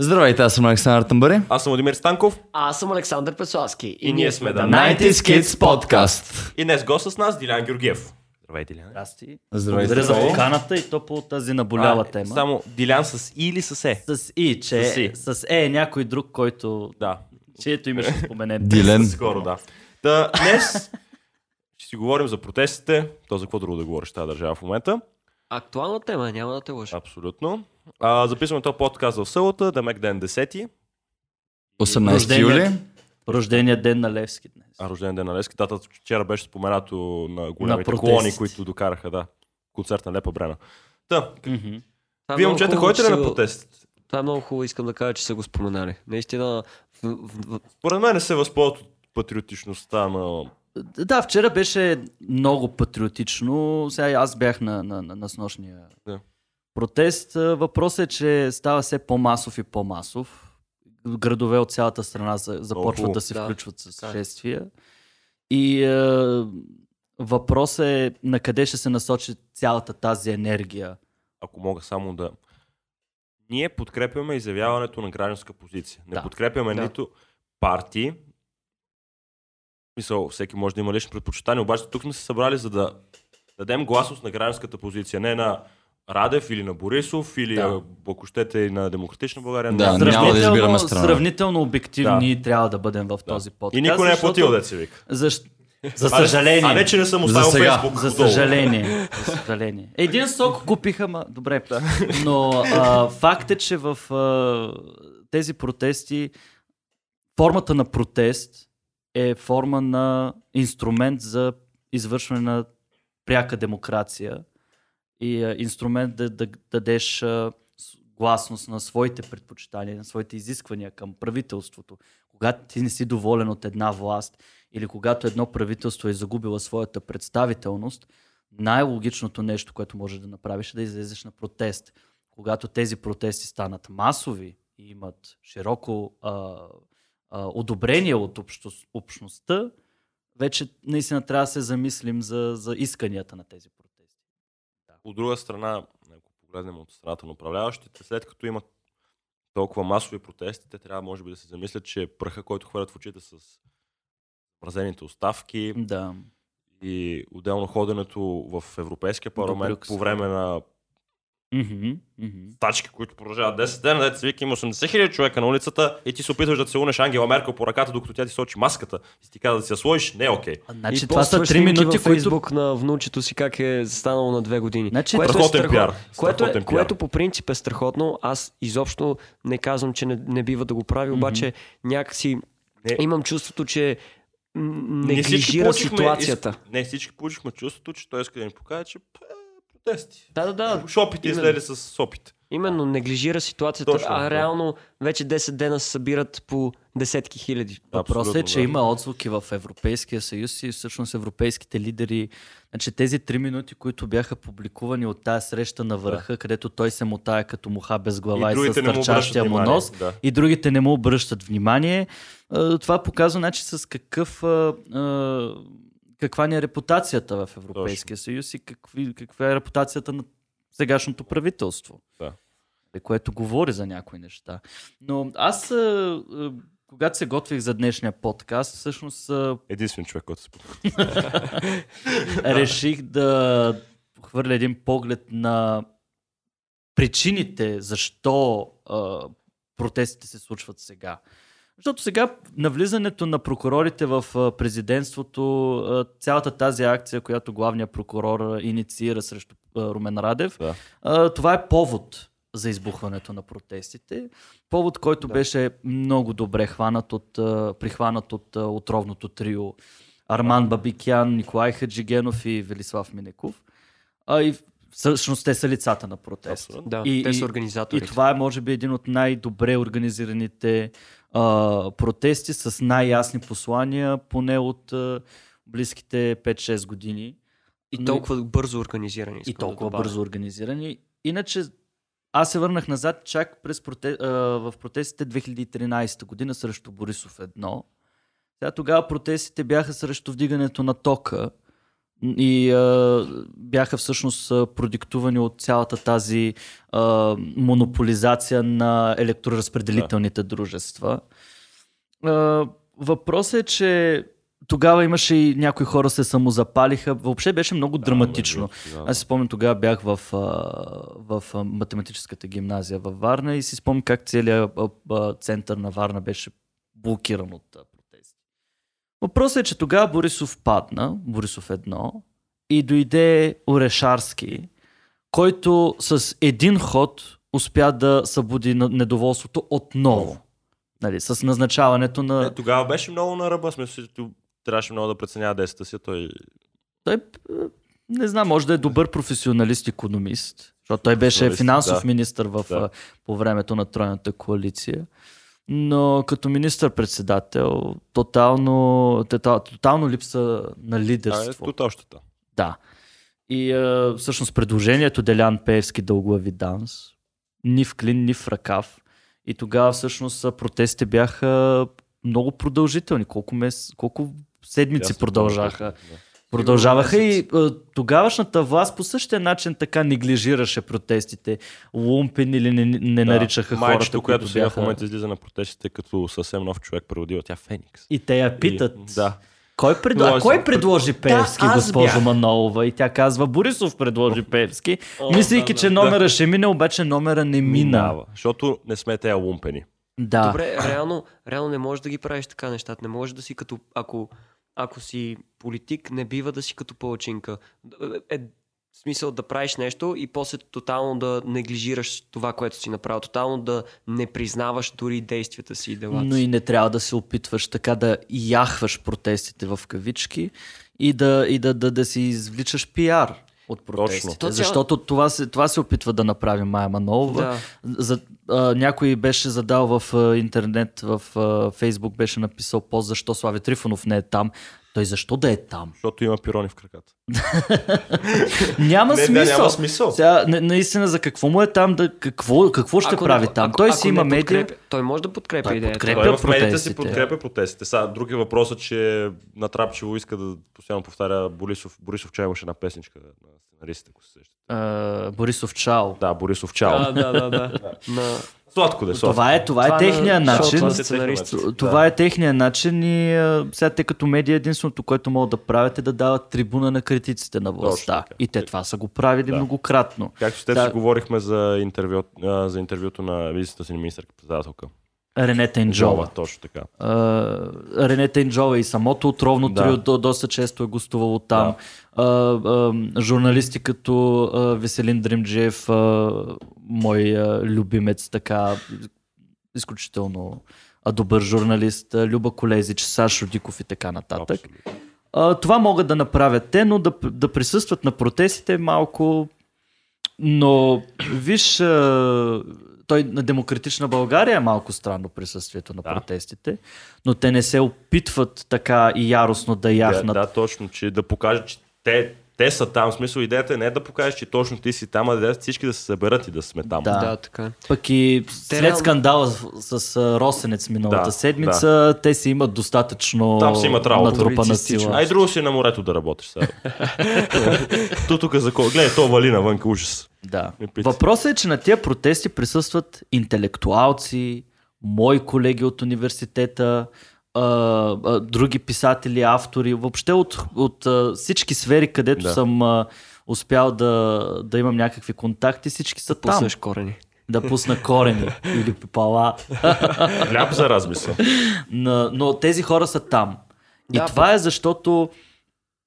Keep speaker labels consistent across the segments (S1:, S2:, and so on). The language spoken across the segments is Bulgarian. S1: Здравейте, аз съм Александър Тъмбари.
S2: Аз съм Владимир Станков
S3: Аз съм Александър Пеславски.
S2: и ние сме да.
S1: 90 Kids Podcast.
S2: И днес гост с нас Дилян Георгиев. Здравей, Дилян.
S4: Здрасти.
S1: Здравейте.
S4: Благодаря за
S2: Здравей.
S4: поканата и то по тази наболява
S2: е,
S4: тема.
S2: Само Дилян с И или с Е?
S4: С И, че
S2: С
S4: с,
S2: И.
S4: с Е е някой друг, който...
S2: Да.
S4: Чието име ще споменем.
S1: Дилен.
S2: Скоро, да. Та, днес ще си говорим за протестите. То за какво друго да говориш в тази държава в момента?
S3: Актуална тема, няма да те лъжа.
S2: Абсолютно. А, записваме този подкаст в събота, Дамек ден 10,
S1: 18
S4: Рожденият-
S1: юли.
S4: Рождения ден на Левски днес.
S2: а рожден ден на Лески. Тата вчера беше споменато на
S4: На
S2: големите
S4: протестите.
S2: колони, които докараха, да. Концерт на Лепа Брена. Та,
S3: Това
S4: Мгм.
S3: е
S2: вие
S3: много
S2: момчета
S3: хубаво,
S2: ходите ли
S3: че
S2: на
S3: са го-
S2: протест?
S3: Това е много хубаво, искам да кажа, че са го споменали. Наистина, в, в, в,
S2: Поред мен не се възползват от патриотичността на
S4: Да, вчера беше много патриотично. Сега и аз бях на, на, на, на снощния
S2: Да.
S4: протест. А, Въпросът е, че става все по-масов и по-масов. Градове от цялата страна за- започват
S2: хубаво.
S4: да се
S3: Да.
S4: включват с
S3: Да.
S4: шествия. И е, въпросът е на къде ще се насочи цялата тази енергия.
S2: ако мога само да. Ние подкрепяме изявяването на гражданска позиция. Не
S4: Да.
S2: подкрепяме
S3: Да.
S2: нито партии. В Мисъл, всеки може да има лично предпочитание, обаче тук сме се събрали за да дадем гласност на гражданската позиция, не на Радев или на Борисов, или да.
S4: Да.
S2: ако щете и на Демократична България. е.
S1: Да, няма
S2: на...
S1: да
S2: Сравнително.
S1: избираме страна.
S4: Сравнително обективни трябва да бъдем в този подкаст.
S2: И никой не е
S4: защото-
S2: платил, да се вика.
S4: Защ... За
S2: А не-
S4: съжаление.
S2: А не, че не съм
S1: За
S2: оставил
S1: сега.
S2: Фейсбук.
S4: За
S2: долу.
S4: съжаление. За съжаление. Един сок купиха, ма... Добре. Но а, факт е, че в а, тези протести формата на протест е форма на инструмент за извършване на пряка демокрация и а, инструмент да, да дадеш а, с- гласност на своите предпочитания, на своите изисквания към правителството. Когато ти не си доволен от една власт или когато едно правителство е загубила своята представителност, най-логичното нещо, което можеш да направиш е да излезеш на протест. Когато тези протести станат масови и имат широко а, а, одобрение от общо, общността, вече наистина трябва да се замислим за, за исканията на тези протести.
S2: От друга страна, ако погледнем от страната на управляващите, след като имат толкова масови протести, те трябва може би да се замислят, че е пръха, който хвърлят в очите с мразените оставки
S4: Да.
S2: и отделно ходенето в Европейския парламент
S4: Брюксел.
S2: по време на
S4: Мгм, мгм.
S2: тачки, които продължават 10 дена, дете вика има 80 хиляди човека на улицата и ти се опитваш да целунеш Ангела Меркел по ръката, докато тя ти сочи маската и ти казва да си я сложиш, не е окей.
S4: А, Значи
S3: и
S4: това са
S3: постваш
S4: 3
S3: снимки
S4: минути,
S3: във
S4: които...
S3: Фейсбук на внучето си как е станало на две години.
S4: Значи,
S3: което е
S2: Страхотен
S3: страхо-
S2: пиар.
S3: Което, е,
S2: Страхотен пиар.
S3: което по принцип е страхотно. Аз изобщо не казвам, че не, не бива да го прави, обаче някакси
S2: Не.
S3: имам чувството, че м,
S2: Ние всички
S3: неглижира
S2: получихме-
S3: ситуацията.
S2: Не, всички получихме чувството, че той иска да ни покаже, че е, протести.
S3: Да, да, да.
S2: Шопите
S3: именно.
S2: излели с сопите.
S3: Именно неглижира ситуацията,
S2: Точно, да.
S3: а реално вече 10 дена се събират по десетки хиляди.
S4: Въпросът е,
S2: Абсолютно,
S4: че
S2: да.
S4: има отзвуки в Европейския съюз и всъщност европейските лидери. Значи тези три минути, които бяха публикувани от тази среща на върха, където той се мотая като муха без глава и, с
S2: другите не му
S4: търчащия
S2: обръщат
S4: му
S2: внимание,
S4: нос,
S2: да.
S4: и другите не му обръщат внимание. А, Това показва значи, с какъв, а, а, каква ни е репутацията в Европейския съюз и какви, каква е репутацията на сегашното правителство.
S2: Да.
S4: Е, Което говори за някои неща. Но аз, а, а, когато се готвих за днешния подкаст, всъщност е, а,
S2: Единствен човек, който се спомня.
S4: реших да хвърля един поглед на причините защо а, протестите се случват сега. Защото сега навлизането на прокурорите в а, президентството, а, цялата тази акция, която главният прокурор а, инициира срещу а, Румен Радев,
S2: Да.
S4: а, това е повод за избухването на протестите. Повод, който да. беше много добре хванат от, а, прихванат от а, отровното трио Арман Бабикян, Николай Хаджигенов и Велислав Минеков. А, и всъщност те са лицата на протест.
S2: Абсолютно.
S3: Да,
S4: И-
S3: те са
S4: и- И
S3: организаторите.
S4: това е, може би, един от най-добре организираните а, протести с най-ясни послания, поне от а, близките 5-6 години.
S3: И
S4: Но-
S3: толкова бързо организирани.
S4: и
S3: искам да
S4: толкова
S3: добавя.
S4: бързо организирани. Иначе аз се върнах назад чак през проте... а, в протестите 2013 година срещу Борисов 1. Сега тогава протестите бяха срещу вдигането на тока, и а, бяха всъщност а, продиктувани от цялата тази а, монополизация на електроразпределителните дружества. А, въпросът е, че тогава имаше и някои хора се самозапалиха. Въобще беше много да, драматично.
S2: между другото, да.
S4: Аз си спомням, тогава бях в, а, в а, математическата гимназия във Варна и си спомням как целият а, а, център на Варна беше блокиран от а, протести. Въпросът е, че тогава Борисов падна, Борисов едно, и дойде Орешарски, който с един ход успя да събуди на- недоволството отново. Нали, с назначаването на...
S2: Е, тогава беше много на ръба, в смисъл, че ту- трябваше много да преценява действията си, а той
S4: Той, е, не знам, може да е добър професионалист, економист, защото той беше
S2: Професионалист,
S4: финансов
S2: да.
S4: министр в,
S2: Да.
S4: а, по времето на Тройната коалиция. Но като министър-председател, тотално, тотал, тотално липса на
S2: а, е
S4: лидерство.
S2: тут общата.
S4: Да. И а, всъщност предложението Делян Пеевски дълглави данс, ни в клин, ни в ръкав. И тогава всъщност а, протестите бяха много продължителни. Колко, мес, колко седмици
S2: Ясно,
S4: продължаха.
S2: Да.
S4: Продължаваха и
S3: Месеци.
S4: а, тогавашната власт по същия начин така неглижираше протестите. Лумпен или не, не
S2: Да.
S4: наричаха хората,
S2: Майчето, която
S4: които
S2: сега в
S4: бяха...
S2: момента излиза на протестите като съвсем нов човек, преводила тя Феникс.
S4: И те я питат.
S2: И, да.
S4: Кой пред... А
S2: Лозен.
S4: кой предложи Певски,
S3: аз
S4: госпожо
S3: бях.
S4: Манолова? И тя казва, Борисов предложи Певски, мислейки, че номера ще мине, обаче номера не мина.
S2: Минава. Защото не сме те лумпени.
S4: Да.
S3: Добре, реално, реално не можеш да ги правиш така нещата. Не можеш да си като... Ако, ако си политик, не бива да си като палачинка. Е, в смисъл да правиш нещо и после тотално да неглижираш това, което си направил. Тотално да не признаваш дори действията си и делата
S4: Но
S3: си.
S4: и не трябва да се опитваш така да яхваш протестите в кавички и да, и да, да, да си извличаш пиар от протестите.
S3: То цяло-
S4: Защото това се, това се опитва да направи Майя Манолова.
S3: Да.
S4: За, а, някой беше задал в а, интернет, в а, Фейсбук беше написал пост, защо Слави Трифонов не е там. Той защо да е там?
S2: Защото има пирони в краката.
S4: Няма
S2: Не, да,
S4: смисъл.
S2: няма смисъл.
S4: Сега, на, наистина, за какво му е там, да, какво, какво ще
S3: Ако не-
S4: прави там?
S3: ако-
S4: той
S3: ако
S4: си
S3: не
S4: има медия.
S3: подкрепя- Той може да подкрепя
S4: Той
S3: идеята.
S4: подкрепя.
S2: Той е в медиите си
S4: Е, протестите.
S2: подкрепя протестите. Сега, друг е въпросът, че натрапчиво иска да постоянно повтаря Борисов. Борисов Чай имаше една песничка на сценаристите, ако се сещате.
S4: А, Борисов Чао.
S2: Да, Борисов Чао.
S3: А, да, да, да. На...
S2: Сладко де, сладко.
S4: Това е, това е
S3: Това
S4: техния
S3: на- това
S4: начин.
S2: Това
S3: е
S2: си е
S3: сценарист.
S2: техния начин.
S4: Това е техния начин и а, сега те като медия единственото, което могат да правят е да дават трибуна на критиците на властта.
S2: така.
S4: И те това са го правили
S2: Да.
S4: многократно.
S2: Както с теб
S4: е- Да.
S2: си говорихме за, интервю, а, за интервюто на визитата си на министърка председателка.
S4: Ренета Енджова.
S2: Точно така.
S4: Uh, Ренета Енджова и самото отровно да.
S2: Да.
S4: трио до, доста често е гостувало там. Да. Uh, uh, журналисти като uh, Веселин Дримджиев, uh, мой uh, любимец, така изключително а, добър журналист, а, Люба Колезич, Сашо Диков и така нататък.
S2: Абсолютно.
S4: А, това могат да направят те, но да, да присъстват на протестите е малко. Но, виж, а, той на Демократична България е малко странно присъствието на
S2: Да.
S4: протестите, но те не се опитват така и яростно да яхнат.
S2: Да, да, точно, че да покажат, че те, те са там. В смисъл, идеята е не да покажеш, че точно ти си там, а да е всички да се съберат и да сме там.
S4: Да.
S3: Да, така. е.
S4: Пък и след
S3: реално-
S4: скандала с, с а, Росенец миналата
S2: Да,
S4: седмица, те си имат достатъчно
S2: Там си имат работа.
S4: натрупана
S3: Публицистично.
S4: сила.
S2: Ай, друго си е на морето да работиш сега. Ту тук за кой? Гледай, то вали навънка, ужас.
S4: Да.
S2: Ме пита.
S4: Въпросът е, че на тия протести присъстват интелектуалци, мои колеги от университета, а, а, други писатели, автори, въобще от, от а, всички сфери, където да.
S2: Да.
S4: съм а, успял да, да имам някакви контакти, всички са там.
S3: Пуснеш корени.
S4: Да пусна корени или пепала.
S2: Хляб за размисъл.
S4: Но, но тези хора са там. И
S3: Да,
S4: това е защото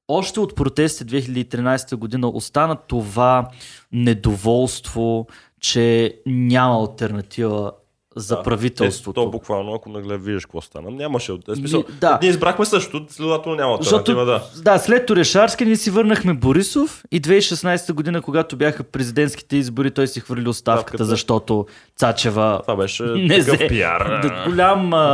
S4: още от протестите 2013 година остана това недоволство, че няма альтернатива за
S2: Да.
S4: правителството.
S2: Е, то буквално, ако наглед видиш какво стана. Нямаше. Е, смисъл,
S4: Ми, да.
S2: Ние избрахме също, следователно няма
S4: Защото,
S2: альтернатива, да.
S4: да, след Торешарски ние си върнахме Борисов и 2016 година, когато бяха президентските избори, той си хвърли оставката,
S2: Ставката.
S4: защото Цачева
S2: Това беше
S4: не
S2: такъв
S4: взе.
S2: пиар.
S4: Да, голям... А...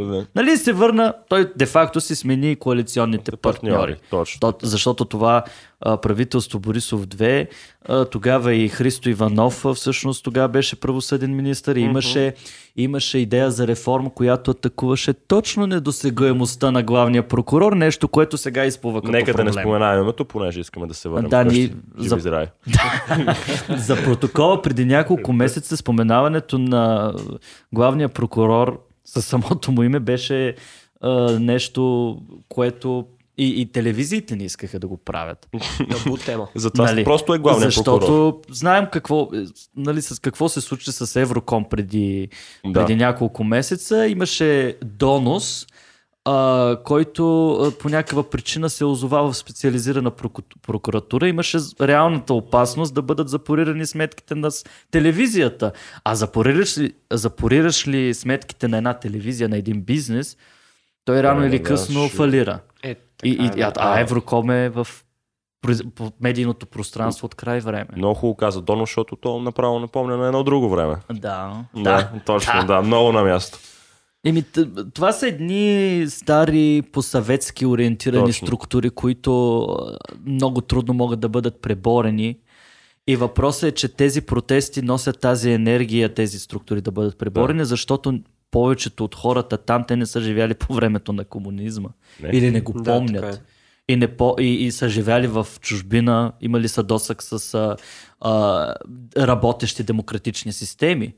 S2: Да.
S4: нали се върна, той де-факто си смени коалиционните партньори.
S2: Партньори, точно.
S4: То- Защото това а, правителство Борисов 2. А, тогава и Христо Иванов а, всъщност тогава беше правосъден министър и
S3: Мгм.
S4: имаше, имаше идея за реформа, която атакуваше точно недосегаемостта на главния прокурор, нещо, което сега изплува като
S2: Нека да не
S4: проблем.
S2: споменаваме името, понеже искаме да се върнем.
S4: Да,
S2: Да,
S4: ни-
S2: ни...
S4: за-
S2: Живи здрави.
S4: За протокола преди
S2: Е,
S4: няколко месеца споменаването на главния прокурор със самото му име беше а, нещо, което и, и телевизиите не искаха да го правят.
S3: Табу тема.
S2: Затова
S4: Нали?
S2: нали? просто е главният
S4: Защото
S2: прокурор.
S4: знаем какво, е, нали, с какво се случи с Евроком преди,
S2: Да.
S4: преди няколко месеца. Имаше донос, а, който а, по някаква причина се озова в специализирана проку- прокуратура. Имаше з- реалната опасност да бъдат запорирани сметките на с- телевизията. А запорираш ли, запорираш ли сметките на една телевизия, на един бизнес, той рано
S2: Да,
S4: или
S2: да,
S4: късно
S2: ще-
S4: фалира.
S3: Е,
S4: И,
S3: така е,
S4: и,
S3: да.
S4: а, а Евроком е в произ- по медийното пространство от край време.
S2: Много хубаво каза Доно, защото то направо напомня на едно друго време.
S4: Да.
S2: да точно, да. Много на място.
S4: Еми, т- това са едни стари по-съветски ориентирани
S2: Точно.
S4: структури, които а, много трудно могат да бъдат преборени. И въпросът е, че тези протести носят тази енергия, тези структури да бъдат преборени, защото повечето от хората там те не са живяли по времето на комунизма.
S2: Не.
S4: Или не го
S3: Да,
S4: помнят.
S3: така е.
S4: и, не по, и, и са живяли в чужбина, имали са досък с а, а, работещи демократични системи.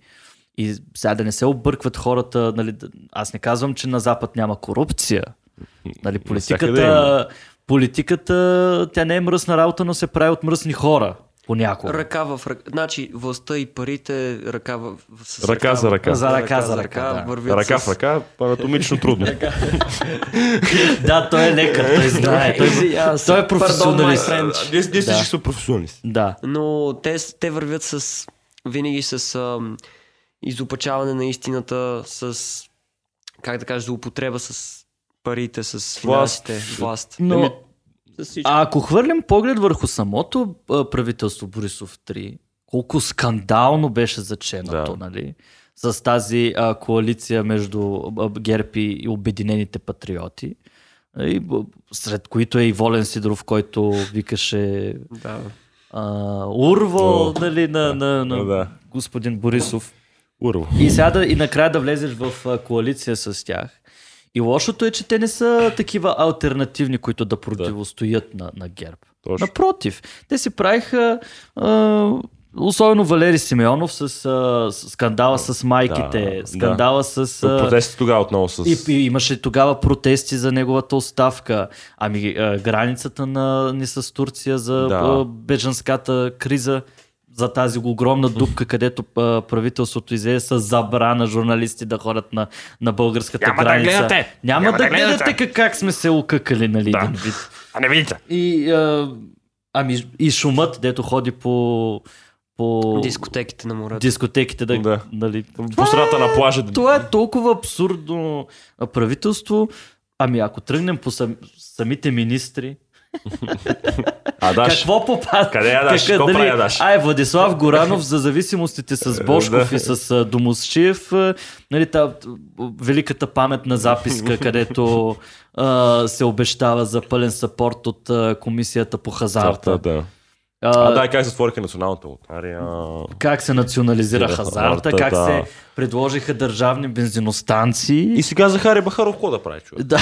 S4: И сега да не се объркват хората, нали, да- аз не казвам, че на Запад няма корупция. Нали,
S2: Навсякъде има.
S4: политиката, политиката, тя не е мръсна работа, но се прави от мръсни хора понякога.
S3: Ръка в ръка. Значи властта и парите ръка в... в- с
S2: Ръка за ръка.
S4: За ръка за ръка, да.
S3: вървят
S2: Ръка
S3: с-
S2: в ръка, е анатомично трудно.
S4: Да, той е лекар, той знае. Той,
S3: Easy as-
S4: той е
S3: Pardon, my
S4: професионалист.
S3: French.
S2: Ние ние всички сме професионалисти.
S4: Да.
S3: Но те, с- те вървят с... Винаги с ам, изопачаване на истината, с... Как да кажа, злоупотреба с парите, с финансите, власт.
S4: Но...
S2: Еми,
S3: С всичко.
S4: А ако хвърлим поглед върху самото а, правителство Борисов 3, колко скандално беше заченато, да.
S2: Да.
S4: нали? С тази а, коалиция между а, ГЕРБ и и Обединените патриоти. А, И, б- сред които е и Волен Сидоров, който викаше
S3: Да.
S4: а, Урво,
S2: О,
S4: нали, на, на, на
S2: да.
S4: господин Борисов.
S2: Урво.
S4: И сега да, и накрая да влезеш в а, коалиция с тях. И лошото е, че те не са такива альтернативни, които да противостоят на, на ГЕРБ.
S2: Точно.
S4: Напротив, те си правиха, а, особено Валери Симеонов, с а, с- скандала с майките,
S2: да.
S4: скандала с... а,
S2: Протести тогава отново с...
S4: и, и имаше тогава протести за неговата оставка. Ами а, границата на ни с Турция за
S2: Да.
S4: да. бежанската криза, за тази огромна дупка, където а, правителството излезе с забрана журналисти да ходят на, на българската Няма граница. Да гледате. Няма, Няма да, да гледате как, как сме се окъкали, нали? Да. Един вид.
S2: А не видите.
S4: И, а, ами, и шумът, дето ходи по, по
S3: Дискотеките на морето.
S4: дискотеките. Да, да.
S2: Да.
S4: Нали,
S2: По средата на плажа.
S4: това е толкова абсурдно а, правителство. Ами ако тръгнем по сам, самите министри,
S2: А даш.
S4: какво попада?
S2: Къде я даш?
S4: Какъв-
S2: Какво прави я даш?
S4: Ай, Владислав Горанов за зависимостите с Бошков
S2: Да.
S4: и с а, Домосчиев. а, Нали, та, т- великата паметна записка, където а, се обещава за пълен сапорт от а, комисията по хазарта.
S2: Царта, да.
S4: е А,
S2: А, да, и как затвориха националната лотария.
S4: Как се национализира
S2: Да,
S4: хазарта,
S2: хазарта,
S4: как
S2: да.
S4: се предложиха държавни бензиностанции.
S2: И сега Захари Бахаров какво да прави, човек?
S4: Да.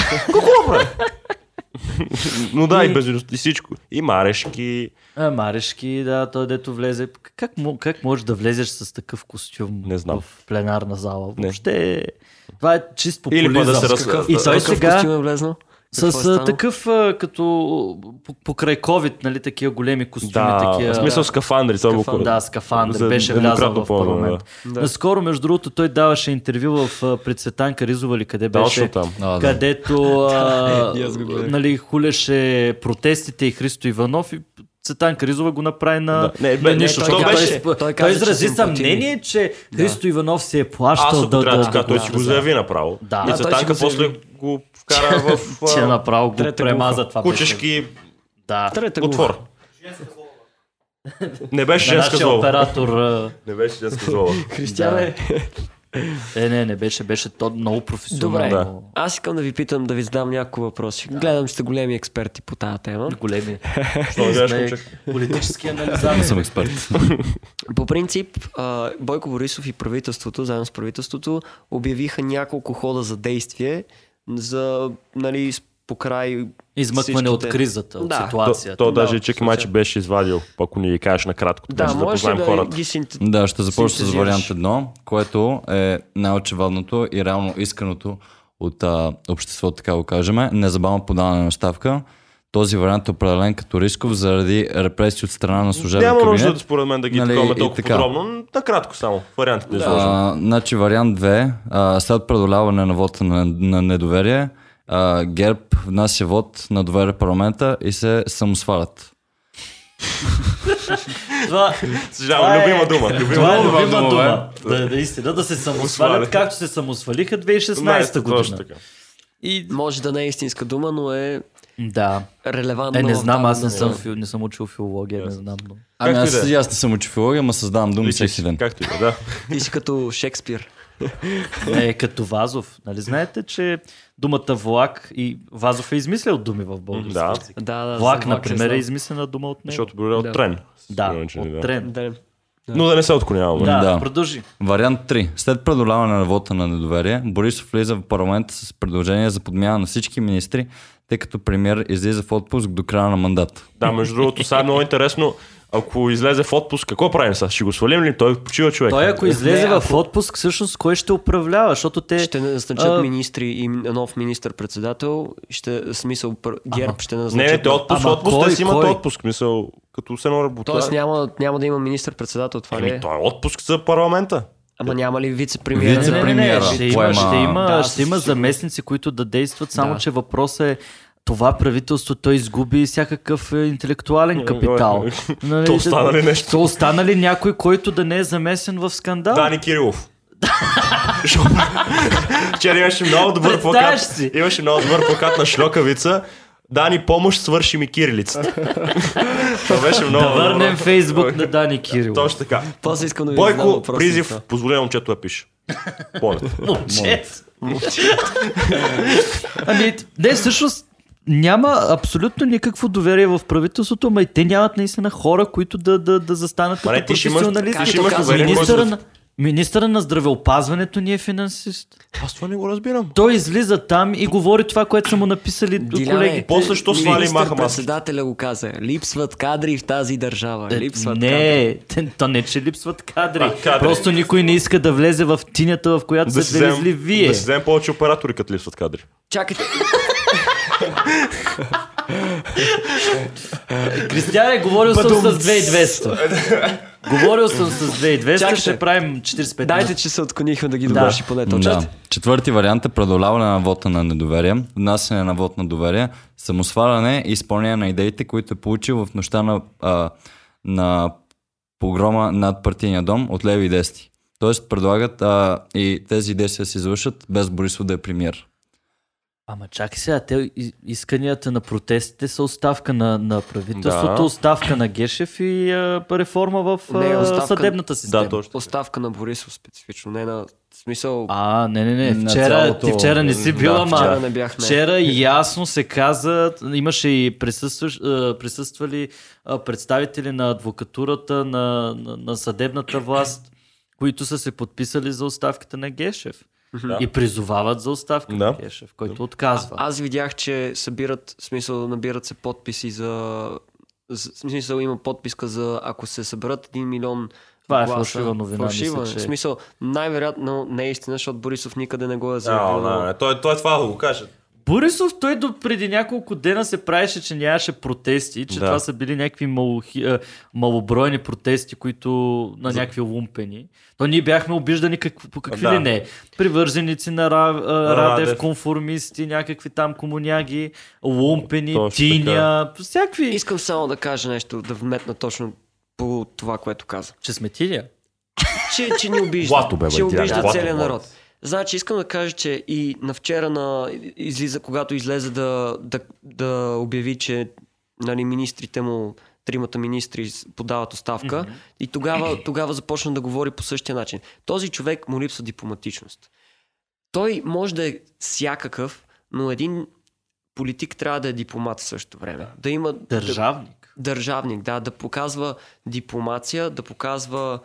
S2: Но да, и без и всичко. И Марешки.
S4: А, Марешки, да, той дето влезе. Как, мо- как можеш да влезеш с такъв костюм
S2: Не знам.
S4: в пленарна зала?
S2: Не.
S4: Въобще, е- това е чист популизъм.
S2: Или пък да се раз-
S4: И
S2: да-
S4: той
S3: Какъв
S4: сега
S3: костюм е влезнал?
S4: с
S3: Какво е станало?
S4: а, такъв а, като по- покрай COVID, нали, такива големи костюми,
S2: Да,
S4: такива...
S2: в смисъл скафандри. това му
S4: Скафан,
S2: го-
S4: да, скафандър,
S2: За
S4: беше влязъл
S2: еднократно
S4: в
S2: пълно,
S4: парламент.
S3: да. Да.
S4: Наскоро, между другото, той даваше интервю в а, пред Светанка Ризова ли къде
S2: Да,
S4: беше
S2: точно там.
S1: А, да.
S4: където а,
S3: и аз го гледах.
S4: нали, хулеше протестите и Христо Иванов и Цветанка Ризова го направи на...
S2: Да. Не, бе,
S4: на
S2: не,
S4: нищо.
S2: той
S4: Той,
S2: каза,
S4: беше,
S2: че-
S3: той
S4: той, той
S3: каза, че
S4: изрази
S3: съм противник.
S4: съмнение, че Христо Иванов се е плащал
S2: Аз ако
S4: да,
S2: трябва
S4: да,
S2: така,
S4: да,
S2: той
S4: го
S2: си го
S4: за-
S2: заяви направо.
S4: Да.
S2: И
S3: той
S4: Да,
S2: Цветанка
S3: си го заяви.
S2: после го вкара в
S4: Че
S2: а,
S4: направо е го
S3: Трета
S4: премаза това. беше.
S2: кучешки
S4: Да.
S3: Трета
S2: отвор. Не беше
S4: На
S2: женска
S4: нашия
S2: злоба.
S4: оператор... а,
S2: Не беше женска злоба.
S3: Християне.
S4: Е, не, не беше, беше то много професионално.
S3: Добре.
S2: Да.
S3: Аз искам да ви питам, да ви задам някои въпроси. Гледам, че сте големи експерти по тази тема.
S4: Големи.
S2: Що не гледаш,
S4: Сме
S2: момче?
S4: Политически
S1: Не
S4: анализатор.
S1: съм експерт.
S3: По принцип, а, Бойко Борисов и правителството, заедно с правителството, обявиха няколко хода за действие за, нали, с- покрай...
S4: Измъкване
S3: Всичките.
S4: от кризата, от
S3: Да.
S2: То,
S4: ситуацията.
S2: то
S4: Да,
S2: даже
S4: от
S2: чеки майче
S4: случая.
S2: беше извадил, ако ни ги кажеш накратко, така,
S3: Да,
S2: за да
S3: може да,
S2: познаем хората.
S3: ги синтетизираш.
S1: Да, ще започна с
S3: Синтезираш.
S1: вариант едно, което е най-очевадното и реално исканото от а, обществото, така го кажем. Незабавно подаване на оставка. Този вариант е определен като рисков заради репресии от страна на служебен
S2: Няма
S1: кабинет.
S2: нужда, да, според мен, да ги
S1: Нали,
S2: нали,
S1: и
S2: таковаме толкова
S1: така.
S2: подробно. но Накратко само. Вариантите да. изложим.
S1: А, значи вариант 2, а, след преодоляване на вота на, на недоверие, а, ГЕРБ внася вод на доверие в парламента и се самосвалят.
S4: Това,
S2: Съжалявам,
S4: Това е-
S2: любима дума. Любима
S4: това е
S2: дума. е.
S4: любима
S1: дума,
S4: дума. Да, наистина, да се самосвалят,
S2: Самосвалят.
S4: както се самосвалиха 2016
S2: Знаете, точно
S4: година.
S2: така.
S4: И...
S3: Може да не е истинска дума, но е
S4: Да.
S3: релевантно.
S4: Е, не
S3: в
S4: знам,
S3: тази
S4: аз не
S3: дума.
S4: съм, фил, не съм учил филология, не знам. Но...
S1: Ами
S2: Както и
S1: аз,
S2: да е.
S1: аз, не съм учифилогия, ама създавам думи всеки ден.
S2: Както и да, е. да.
S3: Ти си като Шекспир.
S4: Е, като Вазов. Нали знаете, че думата влак и Вазов е измислял думи в български
S2: Да.
S4: език.
S3: Да, да.
S4: Влак,
S3: за
S4: например,
S3: се
S4: е
S3: знам.
S4: измислена дума от него.
S2: Защото бил
S3: Да.
S2: от трен.
S4: Да,
S2: Сигурен, че не
S4: от
S2: да.
S4: трен.
S3: Да.
S2: Но да не се отклоняваме.
S4: Да,
S1: Да.
S4: продължи.
S1: Вариант 3. След преодоляване на вота на недоверие, Борисов влиза в парламента с предложение за подмяна на всички министри, тъй като премьер излиза в отпуск до края на мандата.
S2: Да, между другото, сега е много интересно. Ако излезе в отпуск, какво правим сега? Ще го свалим ли? Той почива човек.
S4: Той е ако излезе
S3: Не,
S4: в отпуск, всъщност кой ще управлява? Защото те...
S3: Ще назначат
S4: А.
S3: министри и нов министър-председател. Ще, смисъл, пр- ГЕРБ ще
S2: Не,
S3: назначат.
S2: не, те отпуск,
S4: Ама
S2: отпуск,
S4: кой,
S2: те си имат
S4: кой?
S2: отпуск, мисъл, като все едно работа.
S3: Тоест няма, няма да има министър-председател, това ли е?
S2: Еми, той е отпуск за парламента.
S3: Ама няма ли вице-премьер?
S1: Вице-
S4: Не, не, не,
S1: премиера
S4: ще има,
S1: поема-
S4: ще има,
S3: Да,
S4: ще има
S3: със
S4: заместници, които да действат, само
S3: Да.
S4: че въпросът е това правителство, той изгуби всякакъв е, интелектуален капитал. Нали,
S2: То остана ли нещо?
S4: То остана ли някой, който да не е замесен в скандал?
S2: Дани Кирилов. Защото- Вчера имаше много добър
S4: Представяш
S2: плакат.
S4: си.
S2: Имаше много добър плакат на Шлокавица. Дани, помощ, свърши ми кирилицата. Това беше много
S4: да върнем
S2: добро.
S4: Фейсбук на Дани Кирил.
S2: Точно така.
S3: После искам да ви задам
S2: Бойко,
S3: въпрос на
S2: призив,
S3: това.
S2: позволя момчето да пише. Понят.
S4: Момче. Ами, не, всъщност няма абсолютно никакво доверие в правителството, ма и те нямат наистина хора, които да, да, да застанат като
S2: Ма не, ти ще имаш-
S4: професионалисти.
S2: ти ще имаш
S4: Както
S2: доверие,
S4: министъра
S2: който-
S4: на, министъра на здравеопазването ни е финансист.
S2: Аз това не го разбирам.
S4: Той излиза там и говори това, което са му написали
S3: Диляне,
S4: колегите.
S2: После що свали и маха маската?
S3: е Министър-председателя го каза. Липсват кадри в тази държава.
S2: Е,
S3: Липсват кадри.
S4: не, те- то не, че липсват кадри.
S2: А, кадри.
S4: Просто никой не иска да влезе в тинята, в която
S2: Да
S4: да
S2: си
S4: сте влезли
S2: вземем
S4: вие.
S2: да си вземем повече оператори, като липсват кадри.
S3: Чакайте.
S4: Кристиан е говорил съм с 2200. говорил съм с 2200, ще
S3: Чакайте.
S4: правим 45
S3: Дайте,
S4: минути.
S3: че се отклонихме да ги довърши поне точно.
S1: Да. Четвърти вариант е преодоляване на вота на недоверие, внасяне на вод на доверие, самосваляне и изпълнение на идеите, които е получил в нощта на, а, на погрома над партийния дом от леви и десни. Тоест предлагат а, и тези действия се извършат без Борисов да е премьер.
S4: Ама чакай сега, те и- исканията на протестите са оставка на, на правителството,
S2: Да.
S4: оставка на Гешев и а, реформа в а,
S3: Не, оставка-
S4: съдебната система.
S2: Да, точно.
S3: Оставка на Борисов специфично. Не на в смисъл.
S4: А, не, не, не.
S1: На
S4: Вчера,
S1: цялото-
S4: Ти вчера не си
S1: Да,
S4: била, ама...
S3: Вчера не бях, не.
S4: Вчера ясно се каза, имаше и присъстваш, а, присъствали а, представители на адвокатурата, на, на, на съдебната власт, които са се подписали за оставката на Гешев.
S2: Да.
S4: И призовават за оставка на
S2: Да.
S4: Гешев, който отказва.
S3: Аз видях, че събират, в смисъл, набират се подписи за... за в смисъл, има подписка за ако се съберат 1 милион
S4: Това е
S3: гласа.
S4: фалшива новина,
S3: Фалшива,
S4: мисля, че-
S3: В смисъл, най-вероятно не е истина, защото Борисов никъде не го е
S2: А,
S3: заявил.
S2: да, не. Той, той това да го каже.
S4: Борисов, той до преди няколко дена се правеше, че нямаше протести, че
S2: Да.
S4: това са били някакви малохи, а, малобройни протести, които на някакви лумпени. То ние бяхме обиждани как, по какви
S2: Да.
S4: ли не. Привърженици на Ра, а, Радев,
S2: Радев.
S4: конформисти, някакви там комуняги, лумпени,
S2: Точно
S4: тиня, всякакви.
S3: Искам само да кажа нещо, да вметна точно по това, което каза.
S4: Че сме тиня.
S3: Че, че ни обижда.
S2: Блато, бе, бе,
S3: че
S2: Диана,
S3: обижда
S2: блато,
S3: целият
S2: блато.
S3: народ. Значи, искам да кажа, че и на вчера, на, излиза, когато излезе да, да, да обяви, че нали, министрите му тримата министри с- подават оставка. И тогава, тогава започна да говори по същия начин. Този човек му липсва дипломатичност. Той може да е всякакъв, но един политик трябва да е дипломат в същото време. Да има
S4: Държавник.
S3: държавник, да, да показва дипломация, да показва,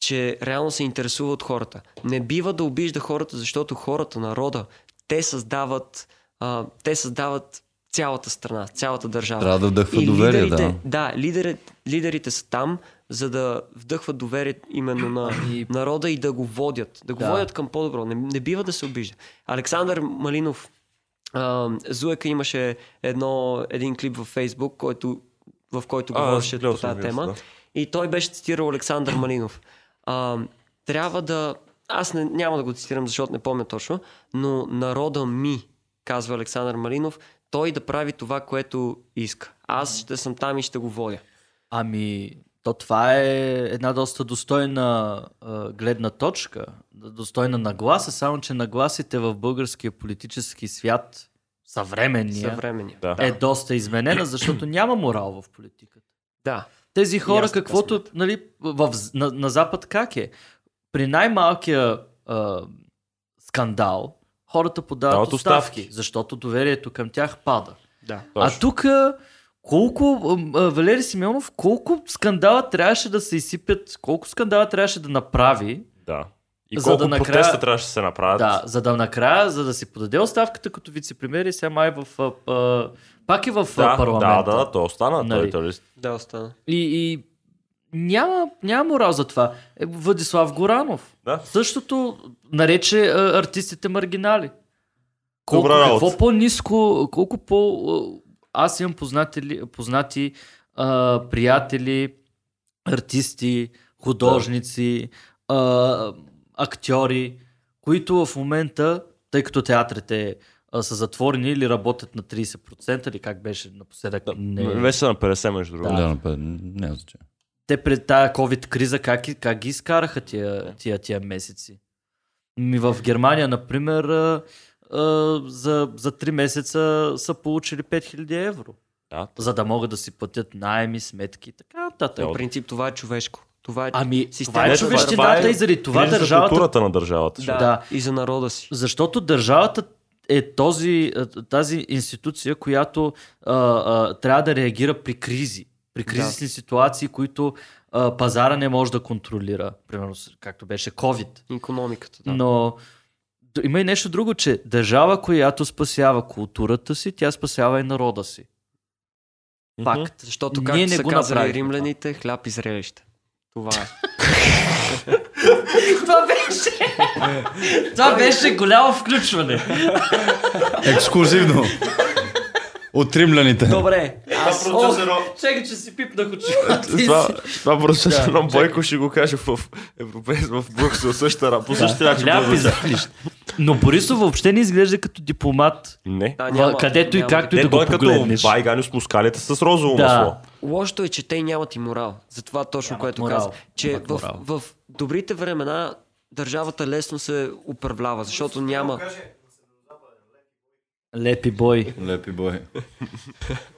S3: че реално се интересува от хората. Не бива да обижда хората, защото хората, народа, те създават, а, те създават цялата страна, цялата държава.
S1: Трябва да вдъхва
S3: И
S1: доверие,
S3: лидерите,
S1: да.
S3: Да, лидерите, лидерите са там, за да вдъхват доверие именно на
S4: И-
S3: народа и да го водят. Да го
S4: Да.
S3: водят към по-добро. Не, не бива да се обижда. Александър Малинов, а, Зуека имаше едно, един клип във Фейсбук, който, в който
S2: А,
S3: говореше
S2: гледал
S3: по
S2: съм
S3: тази
S2: видеото,
S3: тема.
S2: да.
S3: И той беше цитирал Александър Малинов. А, трябва да... Аз не, няма да го цитирам, защото не помня точно, но народа ми, казва Александър Малинов, той да прави това, което иска. Аз ще съм там и ще го водя.
S4: Ами, то това е една доста достойна а, гледна точка, достойна нагласа, само че нагласите в българския политически свят, съвременния,
S3: Съвременния.
S2: Да.
S4: е доста изменена, защото няма морал в политиката.
S3: Да.
S4: Тези
S3: И
S4: хора,
S3: аз така
S4: каквото,
S3: смятам.
S4: нали, в, на, на Запад как е? При най-малкия а, скандал, хората подават
S2: Дават
S4: оставки,
S2: оставки.
S4: защото доверието към тях пада.
S3: Да.
S2: Точно.
S4: А тук колко, а, а, Валери Симеонов, колко скандала трябваше да се изсипят, колко скандала трябваше да направи,
S2: Да. И
S4: За
S2: колко
S4: да накрая-
S2: протеста трябваше да се направят.
S4: да, за да накрая, за да си подаде оставката като вице-премьер и сега май е в, а, а, пак е в а,
S2: да, да,
S4: парламента.
S2: да, да, то остана.
S4: Нали.
S2: Нали. Той, той,
S3: Да, остана.
S4: И, и няма, няма морал за това. Е, Владислав Горанов.
S2: да.
S4: Същото нарече а, артистите маргинали. Колко,
S2: Добра
S4: какво
S2: работа.
S4: по-низко, колко по... а, Аз имам познатели, познати а, приятели, артисти, художници, а, актьори, които в момента, тъй като театрите а, са затворени или работят на 30%, или как беше напоследък,
S2: Не.
S4: не,
S2: Вече са на 50, между другото.
S1: Да, напред, няма значение.
S4: те пред тая COVID криза как, ги- как ги изкараха тия, тия, тия месеци? Ми в Германия, например, а, а, за, за 3 месеца са получили 5000 евро,
S2: Да.
S4: за да могат да си платят найми, сметки и така нататък.
S3: По принцип това е човешко. Това е...
S4: Ами, това
S3: Системата
S4: е
S3: за
S4: човещината и заради това
S2: Грижа за
S4: държавата...
S2: културата на държавата.
S3: да.
S4: да.
S3: И за народа си.
S4: Защото държавата е този, тази институция, която а, а, трябва да реагира при кризи. При кризисни да. ситуации, които а, пазара не може да контролира. Примерно, с- както беше COVID.
S3: Економиката. Да.
S4: Да. Но д- има и нещо друго, че държава, която спасява културата си, тя спасява и народа си.
S2: Мгм.
S4: Факт.
S3: Защото,
S4: Ние
S3: както
S4: не
S3: са
S4: го
S3: казали
S4: направихме
S3: римляните, хляб и зрелище. Това е.
S4: Това беше... Това беше голямо включване.
S1: Ексклюзивно! От римляните.
S4: Добре. Аз...
S2: Това продюсер-
S4: О, Чакай, че си пипнах
S2: Това,
S4: очилата.
S2: това просто
S4: Да,
S2: да, едно Бойко ще го каже в Европейс, в Брюксел, същата ра- по същия начин.
S4: Хляб и
S2: продължа.
S4: зрелище. Но Борисов въобще не изглежда като дипломат.
S2: Не.
S3: Да,
S4: В-
S3: няма,
S4: където и
S3: няма
S4: както-
S2: Не,
S4: да го
S2: той е като
S4: погледнеш.
S2: байганю с мускалите с розово
S4: Да.
S2: масло.
S3: Лошото е, че те нямат и морал. За това точно,
S4: Нямат
S3: което
S4: морал.
S3: каза. Че
S4: Нямат
S3: в,
S4: морал.
S3: в добрите времена държавата лесно се управлява, защото няма...
S4: Лепи бой.
S1: Лепи бой.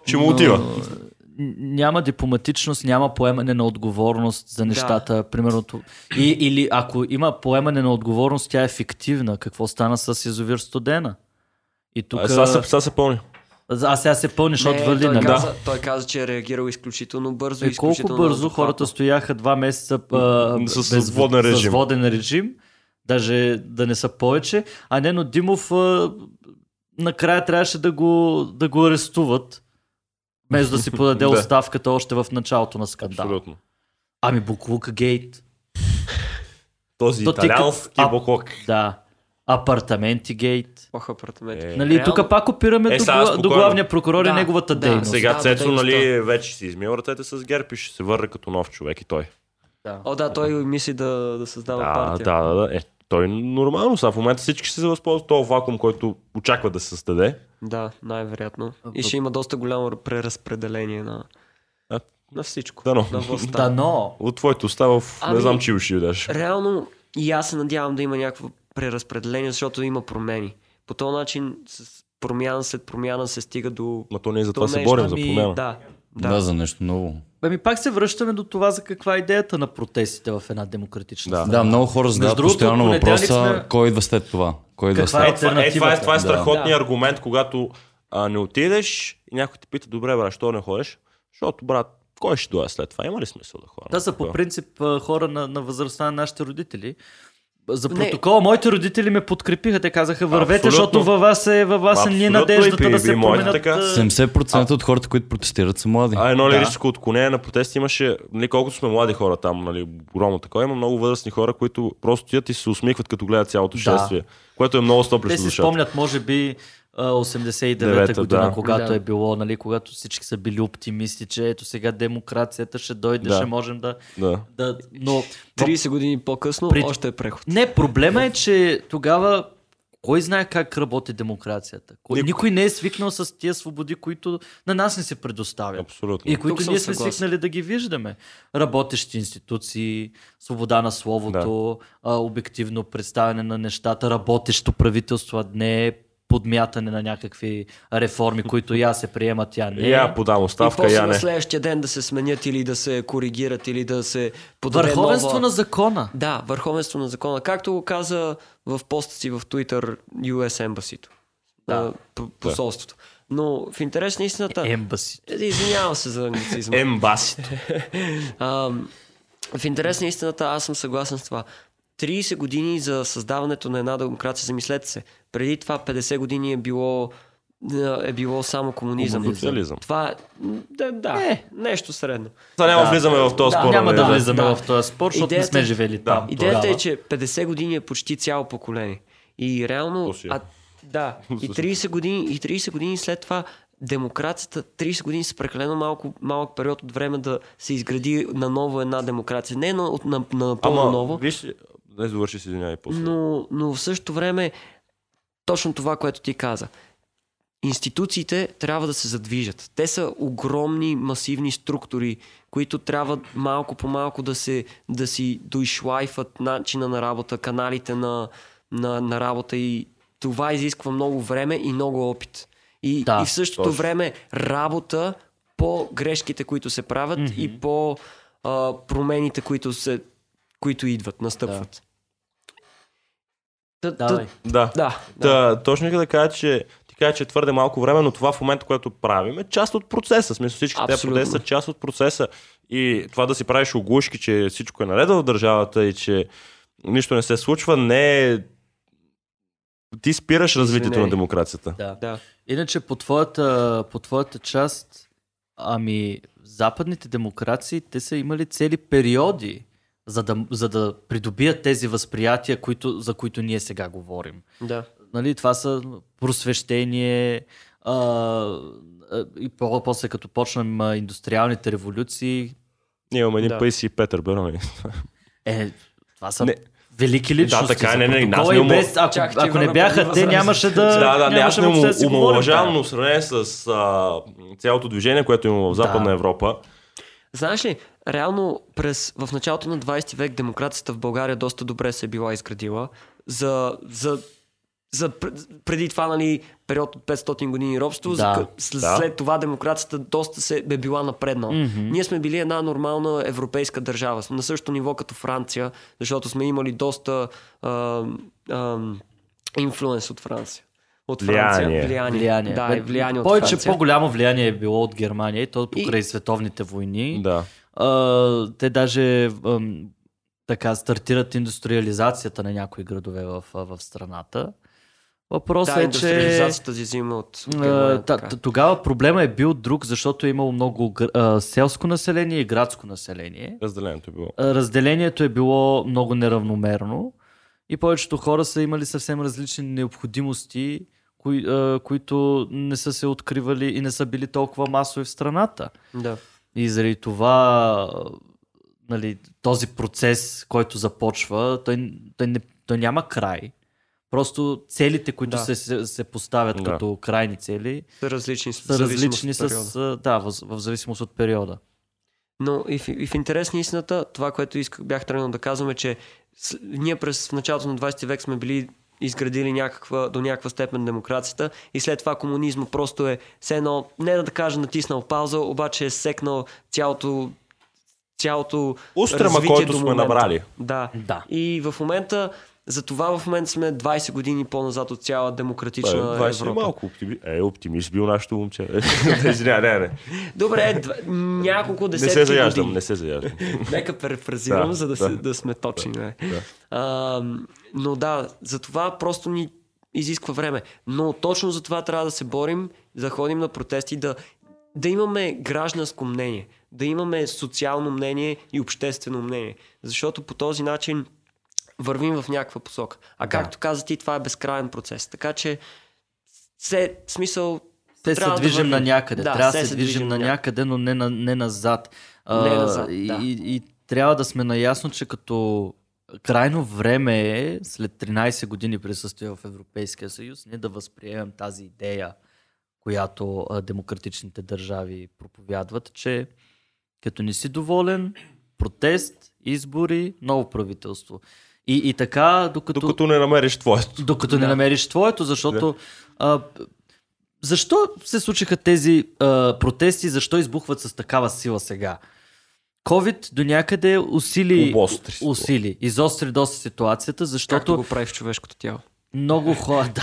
S2: Ще му отива.
S4: Но, н- Няма дипломатичност, няма поемане на отговорност за нещата. Примерно, ту- и, или ако има поемане на отговорност, тя е фиктивна. Какво стана с язовир Студена? И тук...
S2: А, Е, Сега се, сега се помня.
S4: А сега се пълни, защото вали
S3: той,
S4: на
S3: каза, той каза, че е реагирал изключително бързо.
S4: Е, колко
S3: изключително
S4: бързо
S3: адекватно.
S4: хората стояха два месеца а,
S2: С- с воден
S4: с
S2: режим.
S4: воден режим, даже да не са повече, а Нено Димов а, накрая трябваше да го, да го арестуват, вместо да си подаде
S2: Да.
S4: оставката още в началото на скандала.
S2: Абсолютно.
S4: Ами Буклука Гейт,
S2: Този
S4: То ти като-
S2: италиански
S4: А,
S2: бокок.
S4: да, апартаменти Гейт.
S3: Ох, апартаменти.
S2: Е,
S4: Нали, тук пак опираме
S2: Е,
S4: до,
S2: сега
S4: гла-
S2: спокойно.
S4: до главния прокурор и
S3: Да,
S4: неговата
S3: да.
S4: дейност.
S2: Сега
S3: Да,
S2: Цецо,
S3: дейността.
S2: нали, вече си измил ръцете с герб и ще се върне като нов човек и той.
S4: Да.
S3: О, да, той мисли да, да създава
S2: Да,
S3: партия.
S2: да, да, да. Е, той нормално са. В момента всички ще се възползват от този вакуум, който очаква да се създаде.
S3: Да, най-вероятно. И
S4: Въп-
S3: ще има доста голямо преразпределение на,
S2: А,
S3: на всичко.
S2: дано.
S3: На властта.
S4: Да, но...
S2: От твоето остава в...
S3: Ами-
S2: Не знам, че ще даш.
S3: Реално и аз се надявам да има някакво преразпределение, защото има промени. По този начин с промяна след промяна се стига до...
S2: Ма то ние за
S3: до
S2: това се
S3: нещо.
S2: борим, за
S3: Ами,
S2: промяна. Е,
S3: Да,
S1: Да. да, за нещо ново.
S4: Ами пак се връщаме до това за каква е идеята на протестите в една демократична
S2: Да.
S4: страна.
S1: Да, много хора задават
S4: другото,
S1: постоянно
S4: понеделник
S1: въпроса,
S4: сме-
S1: кой идва след това? Кой идва
S4: Каква
S1: след
S4: е
S2: Е, това, е, това, е, това е
S1: Да.
S2: страхотният аргумент, когато а, не отидеш и някой те пита, добре, брат, що не ходиш? Защото, брат, кой ще дойде след това? Има ли смисъл да ходя?
S4: Та са по принцип а, хора на, на възрастта на нашите родители. За
S3: Не.
S4: протокола, моите родители ме подкрепиха. Те казаха, вървете,
S2: Абсолютно.
S4: защото във вас е, във вас е ни
S2: Абсолютно
S4: надеждата
S2: и при-
S4: да
S2: и
S4: се
S2: моите
S4: променят.
S2: така.
S4: а,
S1: 70% от хората, които протестират, са млади.
S2: А едно
S4: Да.
S2: лирическо отклонение на протест имаше, нали, колкото сме млади хора там, нали, огромно такова, има много възрастни хора, които просто тият и се усмихват като гледат цялото
S4: Да.
S2: шествие, което е много
S4: Те
S2: стоплещо
S4: си
S2: душата.
S4: спомнят, може би, а, 89-та
S2: Девета,
S4: година,
S2: да.
S4: когато
S3: Да.
S4: е било, нали, когато всички са били оптимисти, че ето сега демокрацията ще дойде,
S2: Да.
S4: ще можем да...
S2: Да.
S4: да но, но
S3: 30 години по-късно
S4: При-
S3: още е преход.
S4: Не, проблема е, че тогава кой знае как работи демокрацията? Кой...
S2: Никой.
S4: Никой. не е свикнал с тия свободи, които на нас не се предоставят.
S2: Абсолютно.
S4: И които
S3: съм
S4: ние сме
S3: съгласен.
S4: свикнали да ги виждаме. Работещи институции, свобода на словото, а, обективно представяне на нещата, работещо правителство, а не подмятане на някакви реформи, които я се приемат, тя не.
S2: Я подам
S3: И
S2: оставка,
S3: после
S2: я
S3: на
S2: не.
S3: следващия ден да се сменят или да се коригират или да се подаде
S4: Върховенство
S3: нова...
S4: на закона.
S3: Да, върховенство на закона. Както го каза в поста си в Twitter US Embassy-то.
S4: Да.
S3: Да. Посолството. Но в интерес на истината...
S4: Ембаси.
S3: Е, Извинявам се за англицизма.
S2: Ембасито.
S3: А, в интерес на истината, аз съм съгласен с това. 30 години за създаването на една демокрация, замислете се. Преди това 50 години е било, е било само комунизъм.
S2: Комунизъм. Социализъм.
S3: Това е, да, да
S4: Е.
S3: нещо средно.
S2: Това няма
S4: Да.
S2: влизаме в този
S3: Да.
S2: спор.
S4: Няма
S2: нали,
S4: да влизаме
S3: Да.
S4: в този спор, защото не
S3: Идеята- е-
S4: сме живели там.
S3: Идеята
S4: тогава.
S3: е, че 50 години е почти цяло поколение. И реално...
S2: То си е.
S3: А, да, и 30, години, и 30 години след това демокрацията, 30 години са прекалено малко, малък период от време да се изгради наново една демокрация. Не на, от- на, на, напълно
S2: Ама,
S3: ново,
S2: виж, не завърши си, извинявай, после.
S3: но, но в същото време точно това, което ти каза. Институциите трябва да се задвижат. Те са огромни, масивни структури, които трябва малко по малко да, се, да си доишлайфат начина на работа, каналите на, на, на работа и това изисква много време и много опит. И,
S4: Да,
S3: и в същото
S2: точно.
S3: време работа по грешките, които се правят mm-hmm. и по а, промените, които, се, които идват, настъпват. Да. Та,
S4: Давай.
S3: та,
S2: Да.
S3: да, да.
S2: Та, точно иска да кажа, че ти кажа, че е твърде малко време, но това в момента, което правим, е част от процеса. В Смисъл всички тези
S3: Абсолютно.
S2: протести са част от процеса. И това да си правиш оглушки, че всичко е наред в държавата и че нищо не се случва, не е... Ти спираш развитието
S3: Извинение.
S2: на демокрацията.
S4: Да.
S3: да.
S4: Иначе по твоята, по твоята част, ами западните демокрации, те са имали цели периоди, за да, за да придобият тези възприятия, които, за които ние сега говорим.
S3: да.
S4: Нали, това са просвещение, а, а, и по- после като почнем а, индустриалните революции,
S2: Ние имаме един
S3: Да.
S2: да. Пейси и Петър нали? Бърнали.
S4: е, това са
S2: Не.
S4: велики личности.
S2: така, е,
S4: за
S2: не, не, не, аз
S4: протокола
S2: не
S4: и
S2: умо-
S4: без, ако,
S3: Чакайте,
S4: ако не
S3: Ивана, преди
S4: бяха, те
S3: възраст.
S4: нямаше да...
S2: Да, да, не, аз
S4: Е, нямаше
S2: не
S4: въобще да си
S2: ум-
S4: говорим, да.
S2: омалуважавам, но в сравнение с а, цялото движение, което има в Западна
S4: Да.
S2: Европа,
S3: Знаеш ли, реално през, в началото на 20 век демокрацията в България доста добре се е била изградила. За, за, за пр- преди това, нали, период от 500 години робство,
S4: Да,
S3: за, къ- с-
S2: да.
S3: след това демокрацията доста се е била напреднала.
S4: Мгм.
S3: Ние сме били една нормална европейска държава, на същото ниво като Франция, защото сме имали доста ам, ам, инфлуенс от Франция. От Франция.
S2: Влияние.
S3: Влияние.
S4: влияние.
S3: Да,
S4: Бе,
S3: и влияние от
S4: Повече
S3: Франция.
S4: по-голямо влияние е било от Германия и то покрай световните войни.
S2: да.
S4: А, те даже ам, така стартират индустриализацията на някои градове в, а, в страната. Въпросът
S3: Да,
S4: е, че
S3: индустриализацията си взима от... от
S4: а,
S3: Германия,
S4: Е, та-
S3: така.
S4: та- тогава проблема е бил друг, защото е имало много гр- а, селско население и градско население.
S2: разделението е било.
S4: А, разделението е било много неравномерно и повечето хора са имали съвсем различни необходимости, кои, а, които не са се откривали и не са били толкова масови в страната.
S3: Да.
S4: И заради това а, нали, този процес, който започва, той, той, не, той няма край. Просто целите, които
S3: Да.
S4: се, се, се поставят
S2: Да.
S4: като крайни цели,
S3: Са различни. в
S4: са
S3: зависимост
S4: различни
S3: от периода.
S4: с, а, да, в, в зависимост от периода.
S3: Но и в, и в интерес на истината, това, което исках, бях тръгнал да казвам е, че с- ние през в началото на 20 век сме били изградили някаква, до някаква степен демокрацията и след това комунизма просто е все едно, не да кажа натиснал пауза, обаче е секнал цялото цялото
S2: Устрема,
S3: развитие
S2: който
S3: до
S2: сме
S3: момента.
S2: набрали.
S3: Да.
S4: Да.
S3: И в момента, за това в момента сме 20 години по-назад от цяла демократична
S2: Това е
S3: Европа.
S2: малко оптимист. Е, оптимист бил нашето момче. Извиня, не, не.
S3: Добре, дв... няколко
S2: Не
S3: десетки
S2: се заяждам,
S3: години.
S2: не се заяждам.
S3: Нека префразирам,
S2: Да,
S3: за да,
S2: да.
S3: се, да сме точни. Да,
S2: да.
S3: А, но да, за това просто ни изисква време. Но точно за това трябва да се борим, да ходим на протести, да, да имаме гражданско мнение, да имаме социално мнение и обществено мнение. Защото по този начин вървим в някаква посока. А както каза ти, това е безкрайен процес. Така че, се, в смисъл,
S4: Те се
S3: трябва да
S4: движим
S3: вървим.
S4: на някъде.
S3: Да,
S4: трябва
S3: все
S4: да се движим на някъде, но не, на, не назад.
S3: Не назад,
S4: и,
S3: да.
S4: и, и трябва да сме наясно, че като крайно време е, след 13 години присъствие в Европейския съюз, ние да възприемем тази идея, която а, демократичните държави проповядват, че като не си доволен, протест, избори, ново правителство. И, и така, докато...
S2: Докато не намериш твоето.
S4: Докато не намериш твоето, защото... А, защо се случиха тези а, протести, защо избухват с такава сила сега? COVID до някъде усили,
S2: Обостри се.
S4: усили, изостри доста ситуацията,
S3: както
S4: защото
S3: го прави в човешкото тяло.
S4: много хора... Да,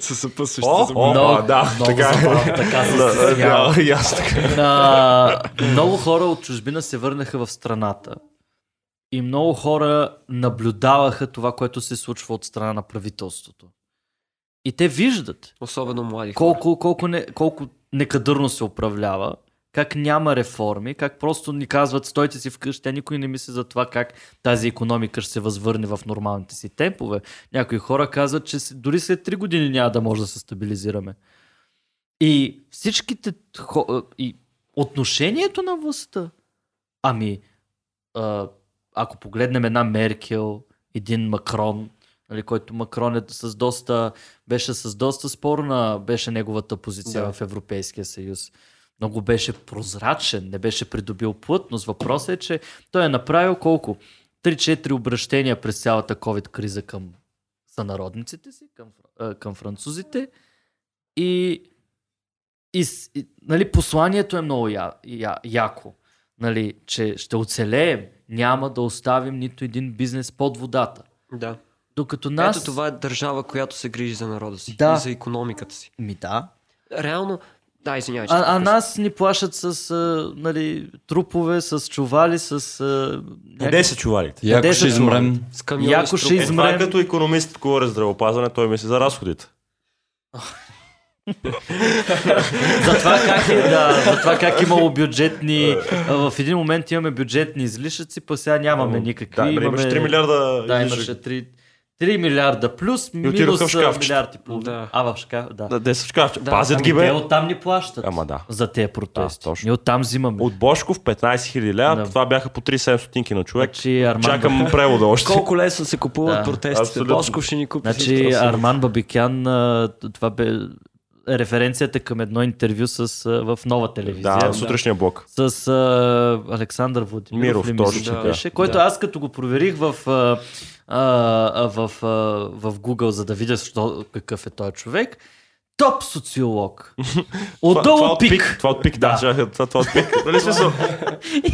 S1: Със съпъсващи
S2: О, о,
S4: много,
S2: а, да,
S4: много
S2: така. е.
S4: забавно, така се
S2: Да,
S4: стеснява.
S2: да, и аз така.
S4: а, много хора от чужбина се върнаха в страната. И много хора наблюдаваха това, което се случва от страна на правителството. И те виждат
S3: Особено млади хора.
S4: колко, колко, не, колко некадърно се управлява, как няма реформи, как просто ни казват стойте си вкъщи, а никой не мисли за това как тази економика ще се възвърне в нормалните си темпове. Някои хора казват, че с- дори след 3 години няма да може да се стабилизираме. И всичките хо- и отношението на властта, ами а, ако погледнем една Меркел, един Макрон, нали, който Макрон е с доста, беше с доста спорна, беше неговата позиция
S3: Да.
S4: в Европейския съюз. Много беше прозрачен, не беше придобил плътност. Въпросът е, че той е направил колко? 3-4 обращения през цялата COVID-криза към сънародниците си, към, фра- а, към французите. И, и, с- и нали, посланието е много я, я, яко нали, че ще оцелеем, няма да оставим нито един бизнес под водата.
S3: Да.
S4: Докато нас...
S3: Ето това е държава, която се грижи за народа си
S4: Да.
S3: и за економиката си.
S4: Ми да.
S3: Реално, да, извинявай. ще те
S4: А, а
S3: прекъсна.
S4: нас ни плашат с а, нали, трупове, с чували, с... А,
S2: Къде са чувалите?
S1: Яко
S4: Десет
S1: ще измрем.
S3: С камиони
S4: Яко
S3: с
S4: ще
S3: трупове.
S2: Е, това е
S4: измрем.
S2: като економист говори за здравеопазване, той мисли за разходите.
S4: За това как, е, да, за това как имало бюджетни... А, в един момент имаме бюджетни излишъци, па сега нямаме никакви.
S2: Да, нали, имаш 3 милиарда.
S4: Да,
S2: излишък.
S4: имаше 3, 3 милиарда плюс, минус
S2: отидоха в
S4: а,
S2: шкафчето.
S4: милиард и половина.
S3: Да.
S4: А, в шкаф, да.
S2: Да, де са в шкафче.
S3: Да,
S2: Пазят ги,
S4: Ами те
S2: бе.
S4: оттам ни плащат.
S2: Ама да.
S4: За тези протести.
S2: Да, точно.
S4: Ние оттам взимаме.
S2: От Бошков 15 000 лева,
S4: Да.
S2: това бяха по 37 стотинки на човек.
S4: Значи Арман, Чакам...
S2: Чакам превода още.
S3: Колко лесно се купуват
S4: Да,
S3: протестите.
S2: абсолютно.
S3: Бошков ще ни купи.
S4: значи,
S3: всичко.
S4: Арман Бабикян, а, това бе е референцията към едно интервю с, а, в нова телевизия.
S2: Да, сутрешния блок.
S4: С а, Александр Владимиров.
S2: Миров,
S4: ли мисля,
S2: точно
S4: че
S2: така.
S4: Беше, който
S3: Да.
S4: аз като го проверих в, а, а, а, в, а, в Google, за да видя що, какъв е този човек, топ социолог.
S2: това е
S4: Отдолу
S2: от
S4: пик.
S2: Това от пик, да. чакай, Това, това от пик. Нали смисъл?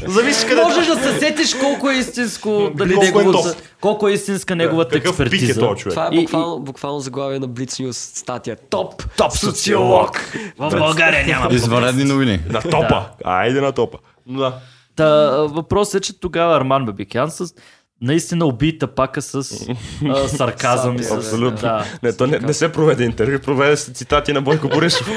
S2: Зависи къде.
S4: Можеш да се сетиш колко е истинско, дали
S2: Колко е
S4: неговото,
S2: топ.
S4: колко е истинска неговата
S2: Какъв пик е
S4: експертиза.
S2: този човек?
S3: Това е
S4: И-
S3: буквално, буквално заглавие на Blitz News статия. Топ!
S4: Топ социолог. В България няма
S1: Извънредни новини.
S2: На топа. Айде на топа. Ну Да.
S4: Та, въпросът е, че тогава Арман Бабикян с наистина уби тапака с а, сарказъм. и с-
S2: Абсолютно.
S4: Да.
S2: Не, то не, не се проведе интервю, проведе се цитати на Бойко Борисов.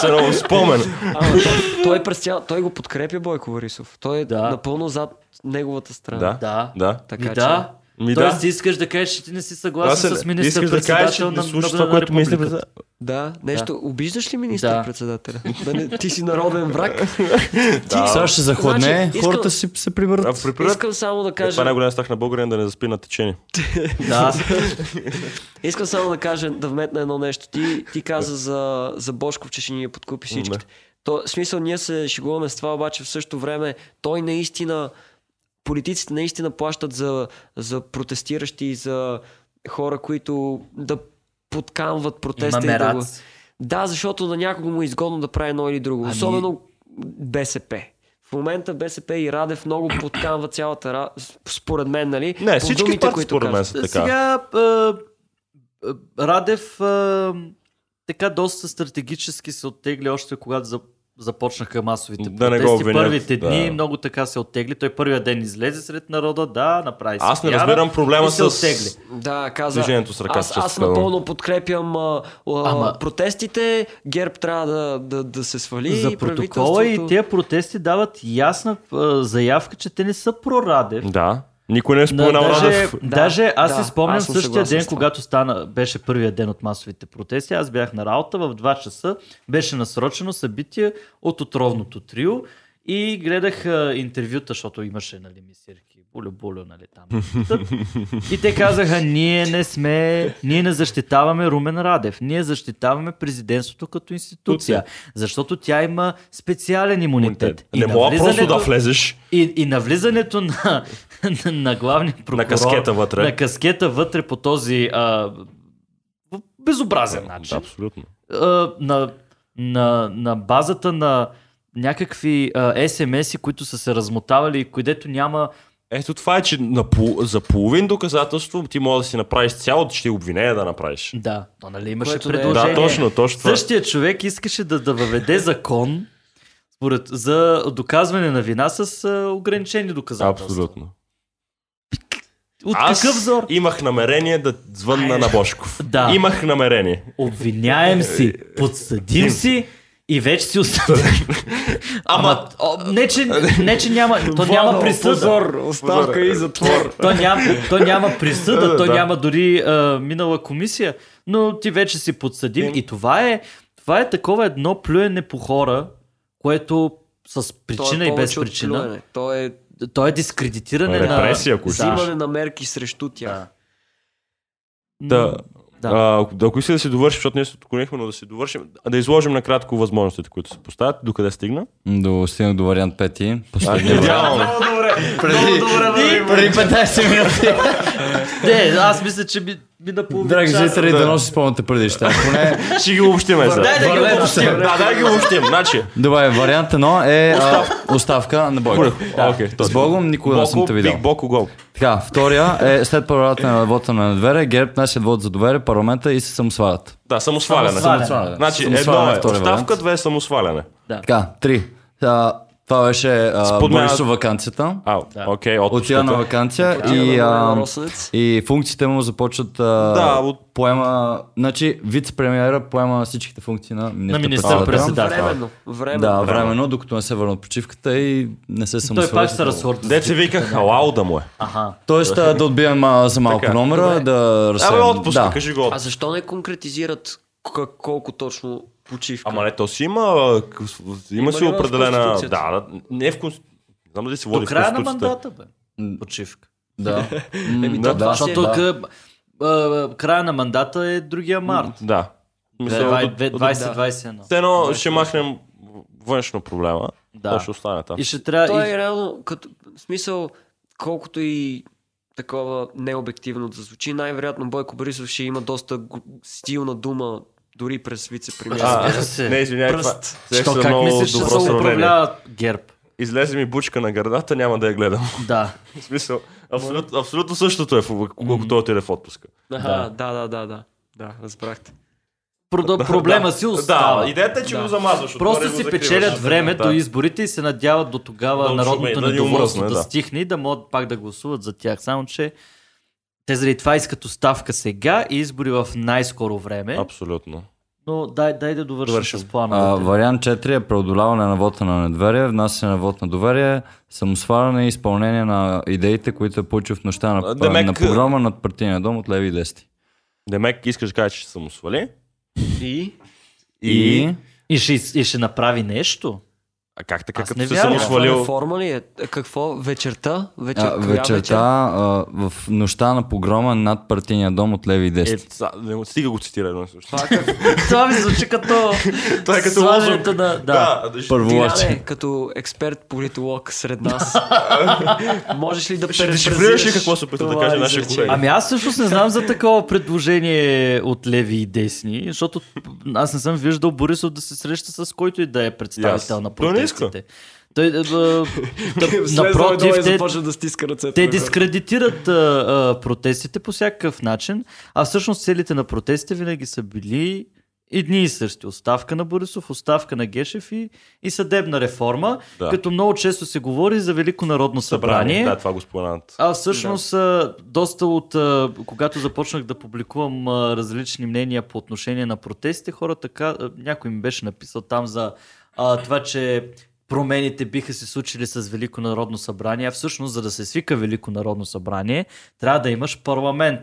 S2: С едно е спомен.
S3: Ама той, той, през цял, той го подкрепя Бойко Борисов. Той е
S4: Да.
S3: напълно зад неговата страна.
S2: Да.
S4: Да.
S2: Да.
S3: Така
S4: Ми
S3: че-
S4: да.
S2: Ми
S4: Тоест
S2: да.
S4: ти искаш да кажеш, че ти не си
S2: Това се-
S4: съгласен с
S2: искаш да кажеш, че
S4: министър-председател
S2: не
S4: на
S2: слушаш
S4: на-
S2: това,
S4: на
S2: което мисли.
S4: републиката.
S3: Да, нещо. Обиждаш ли министър-председателя? Да. не, ти си народен враг.
S1: Сега ще захладне,
S3: Значи, искам-
S1: хората си се приберат.
S2: А в препорът-
S3: Искам само да
S2: Е, Това
S3: кажа.
S2: е най-голям страх на българин да не заспи на течение.
S4: Да.
S3: Искам само да кажа, да вметна едно нещо. Ти, ти каза за, за Бошков, че ще ни я подкупи всичките. То, в смисъл, ние се шегуваме с това, обаче в същото време той наистина, политиците наистина плащат за, за протестиращи, за хора, които да подканват
S2: е
S4: Има
S3: протеста и да го...
S4: мераци.
S3: Да, защото на някого му е изгодно да прави едно или друго.
S4: Ами-
S3: Особено БСП. В момента БСП и Радев много подканва цялата ра... според мен, нали?
S2: Не,
S3: по
S2: всички
S3: думите,
S2: партии
S3: които
S2: според мен
S3: казват.
S2: са така.
S4: Сега а, а, Радев а, така доста стратегически се оттегли още когато за, започнаха масовите
S2: Да не го
S4: протести.
S2: обвинят,
S4: Първите
S2: да.
S4: дни много така се оттегли. Той първия ден излезе сред народа, да, направи се
S2: Аз не
S4: пиара
S2: разбирам проблема
S4: и се
S2: с...
S4: оттегли.
S3: Да, каза.
S2: Движението с ръка
S3: аз,
S2: се
S3: аз
S2: чувства.
S3: напълно подкрепям а, а,
S4: Ама-
S3: протестите. Герб трябва да, да, да се свали.
S4: За
S3: и
S4: протокола и
S3: правителството-
S4: тези протести дават ясна а, заявка, че те не са прорадев.
S2: Да. Никой не е
S4: На,
S2: споменал
S4: даже,
S2: Радев.
S4: да, даже аз
S3: да,
S4: си спомням
S3: аз съм
S4: същия
S3: съгласен
S4: ден,
S3: с това.
S4: когато стана, беше първия ден от масовите протести. Аз бях на работа в 2 часа. Беше насрочено събитие от отровното трио и гледах а, интервюта, защото имаше нали, мисирки. Булю, булю, нали там. И те казаха, ние не сме, ние не защитаваме Румен Радев, ние защитаваме президентството като институция, защото тя има специален имунитет. И
S2: Не мога просто да
S4: навлизането-
S2: влезеш.
S4: и, и навлизането на, на, на главния прокурор...
S2: каскета вътре.
S4: На каскета вътре по този а, в- безобразен
S2: Да,
S4: начин.
S2: абсолютно.
S4: А, на, на, на базата на някакви а, смс-и, които са се размотавали и където няма...
S2: Ето това е, че на пол, за половин доказателство ти може да си направиш цялото, ще обвинение да направиш.
S4: Да, то нали имаше
S3: Което не е-
S4: предложение.
S2: Да, точно, точно това.
S4: Същия човек искаше да, да въведе закон според, за доказване на вина с а, ограничени доказателства.
S2: Абсолютно.
S4: От
S2: Аз
S4: какъв зор?
S2: имах намерение да звънна на Бошков.
S4: Да.
S2: Имах намерение. Е,
S4: Обвиняем си, подсъдим си и вече си осъден. Ама, о, не, че, не, че няма, то няма присъда.
S3: е
S4: е.
S3: Позор, оставка и затвор.
S4: То няма, то няма присъда, то
S2: Да.
S4: няма дори а, минала комисия, но ти вече си подсъдим. И това е, това е такова едно плюене по хора, което с
S1: е
S3: е
S4: причина и без причина.
S3: То е
S4: То е дискредитиране
S2: Репресия,
S4: на...
S2: ако
S4: Да.
S3: взимане на мерки срещу тях.
S4: Да.
S2: Да.
S4: Да.
S2: А, ако- ако иска да си довършим, защото ние се отклонихме, но да си довършим, а да изложим накратко възможностите, които се поставят, докъде стигна.
S1: До стигнах до вариант пети. Последния вариант.
S2: Идеално.
S1: Преди, преди 15 минути.
S4: Не, аз мисля, че ми, ми да половина
S1: Драги
S4: час.
S1: зрители, да носи спомните предишта. Поне...
S2: Ще ги е, обобщиме сега.
S4: Дай да ги
S1: Върнете се.
S4: обобщим.
S2: Да, дай ги обобщим. Значи,
S1: Добре, вариант едно е а, оставка на Бойко.
S2: Окей,
S1: С Богом никога не съм
S2: Боко,
S1: те видял.
S2: Биг Боко Гол.
S1: Така, втория е след паролата на вота на доверие, ГЕРБ нашият вод за доверие, парламента и се самосвалят.
S2: Да, самосваляне.
S4: Самосваляне.
S2: Значи, едно
S1: Самосваляне,
S2: е
S1: втори
S2: оставка,
S1: вариант.
S2: две е самосваляне.
S1: Така, три. А, това беше а,
S2: подмяна-
S1: Борисов вакансията.
S2: А, окей,
S1: Отива на
S2: отпуската.
S1: вакансия и,
S3: И,
S1: а,
S3: Росенец.
S1: и функциите му започват а,
S2: Да, от-
S1: поема, значи вице-премиера поема всичките функции на
S4: министър-председател.
S1: министър-председател.
S4: Да,
S3: временно. Временно.
S1: Да, временно, докато не се върнат почивката и не се
S4: Той
S1: самосвалят.
S4: пак се разхорда.
S2: Де се вика халал да му е.
S4: Аха.
S1: Тоест а, да отбием а, за малко
S2: Така,
S1: номера, да разсеем.
S2: Абе, отпуска,
S1: да.
S2: кажи го.
S3: А защо не конкретизират к- колко точно почивка?
S2: Ама не, то си има, а, к- има,
S3: Има
S2: си
S3: ли в
S2: определена... Да,
S3: Конституцията?
S2: да, не е в Конституцията. Не знам дали се води
S4: До
S2: в
S4: края на
S2: Конституцията.
S4: мандата, бе. Почивка.
S1: Да. М,
S2: то
S1: да.
S4: Защото
S3: Да.
S4: къ- а, а, края на мандата е другия март.
S2: Да. Мисля,
S4: Две-
S2: от-
S4: две-
S2: от-
S4: 2021.
S2: Все едно ще махнем външно проблема.
S4: Да.
S2: Да. ще остане там.
S4: И ще трябва...
S3: Той
S4: и-
S3: е реално, като, в смисъл, колкото и такова необективно да звучи, най-вероятно Бойко Борисов ще има доста г- стилна дума дори през вице-премиера.
S2: А,
S4: разбира се.
S2: не, извинявай, това.
S3: Пръст.
S2: взех
S4: Що,
S2: се
S4: как
S2: много
S4: мислиш, че
S2: добро
S4: се
S2: сравнение.
S4: управлява ГЕРБ?
S2: Излезе ми бучка на гърдата, няма да я гледам.
S4: Да.
S2: В смисъл, абсолютно, абсолютно същото е, в- колкото отиде в отпуска.
S3: Аха, да, да, да, да. Да, разбрахте.
S4: Продо- Проблема си
S2: Да,
S4: остава.
S2: идеята е, че
S3: Да.
S2: го замазваш.
S4: Просто
S2: отгоре го
S4: си
S2: закриваш.
S4: печелят време до
S2: Да.
S4: изборите и се надяват до тогава
S2: Да отшуме,
S4: народното
S2: да ни
S4: недоволство
S2: омръзне,
S4: да
S2: да.
S4: стихне и да могат пак да гласуват за тях. Само, че те заради това искат оставка сега и избори в най-скоро време.
S2: Абсолютно.
S4: Но дай, дай да довършим,
S2: Довършим.
S4: с
S1: А,
S4: плановете.
S1: вариант 4 е преодоляване на вота на недоверие, внасяне на вод на доверие, самосваляне и изпълнение на идеите, които е получил в нощта на,
S2: А, демек-
S1: на погрома над партийния дом от леви и дести.
S2: Демек, искаш да кажеш, че съм свали.
S3: И?
S1: И...
S4: И ще, и ще направи нещо.
S2: А как така,
S4: Аз
S2: като
S4: не
S2: се
S4: вярвам.
S2: съм
S3: Това
S2: свалил?
S3: реформа ли е? Какво? Вечерта? Вечер,
S1: А,
S3: коя вечер?
S1: вечерта, а, в нощта на погрома над партийния дом от леви и
S2: Е,
S1: десни.
S2: са- не му- стига го цитира едно и също.
S3: Това как...
S4: Това ми звучи като...
S2: Това е като
S4: славянето
S2: лозунг.
S4: на... Да.
S1: Първо лапче.
S3: Диляне, е като експерт политолог сред нас. Можеш ли да
S2: Ще
S3: перефразираш
S2: дешифрираш ли какво се опитва да
S3: това
S2: каже нашия
S3: изречение?
S2: колега?
S4: Ами аз всъщност не знам за такова предложение от леви и десни, защото аз не съм виждал Борисов да се среща с който и да е представител
S2: И аз.
S4: на
S2: Той не иска.
S4: протестите. Той, е, е, да,
S3: Слезе
S4: напротив,
S3: долу и
S4: те,
S3: започва е да стиска ръцете.
S4: те
S3: на хората.
S4: дискредитират а, а, протестите по всякакъв начин, а всъщност целите на протестите винаги са били едни и същи. Оставка на Борисов, оставка на Гешев и, и съдебна реформа,
S2: Да.
S4: като много често се говори за Велико народно събрание.
S2: Да, това го споменат.
S4: А всъщност, да. доста от. а, Когато започнах да публикувам а, различни мнения по отношение на протестите, хора така. а, Някой ми беше написал там за а, това, че промените биха се случили с Велико народно събрание. А всъщност, за да се свика Велико народно събрание, трябва да имаш парламент.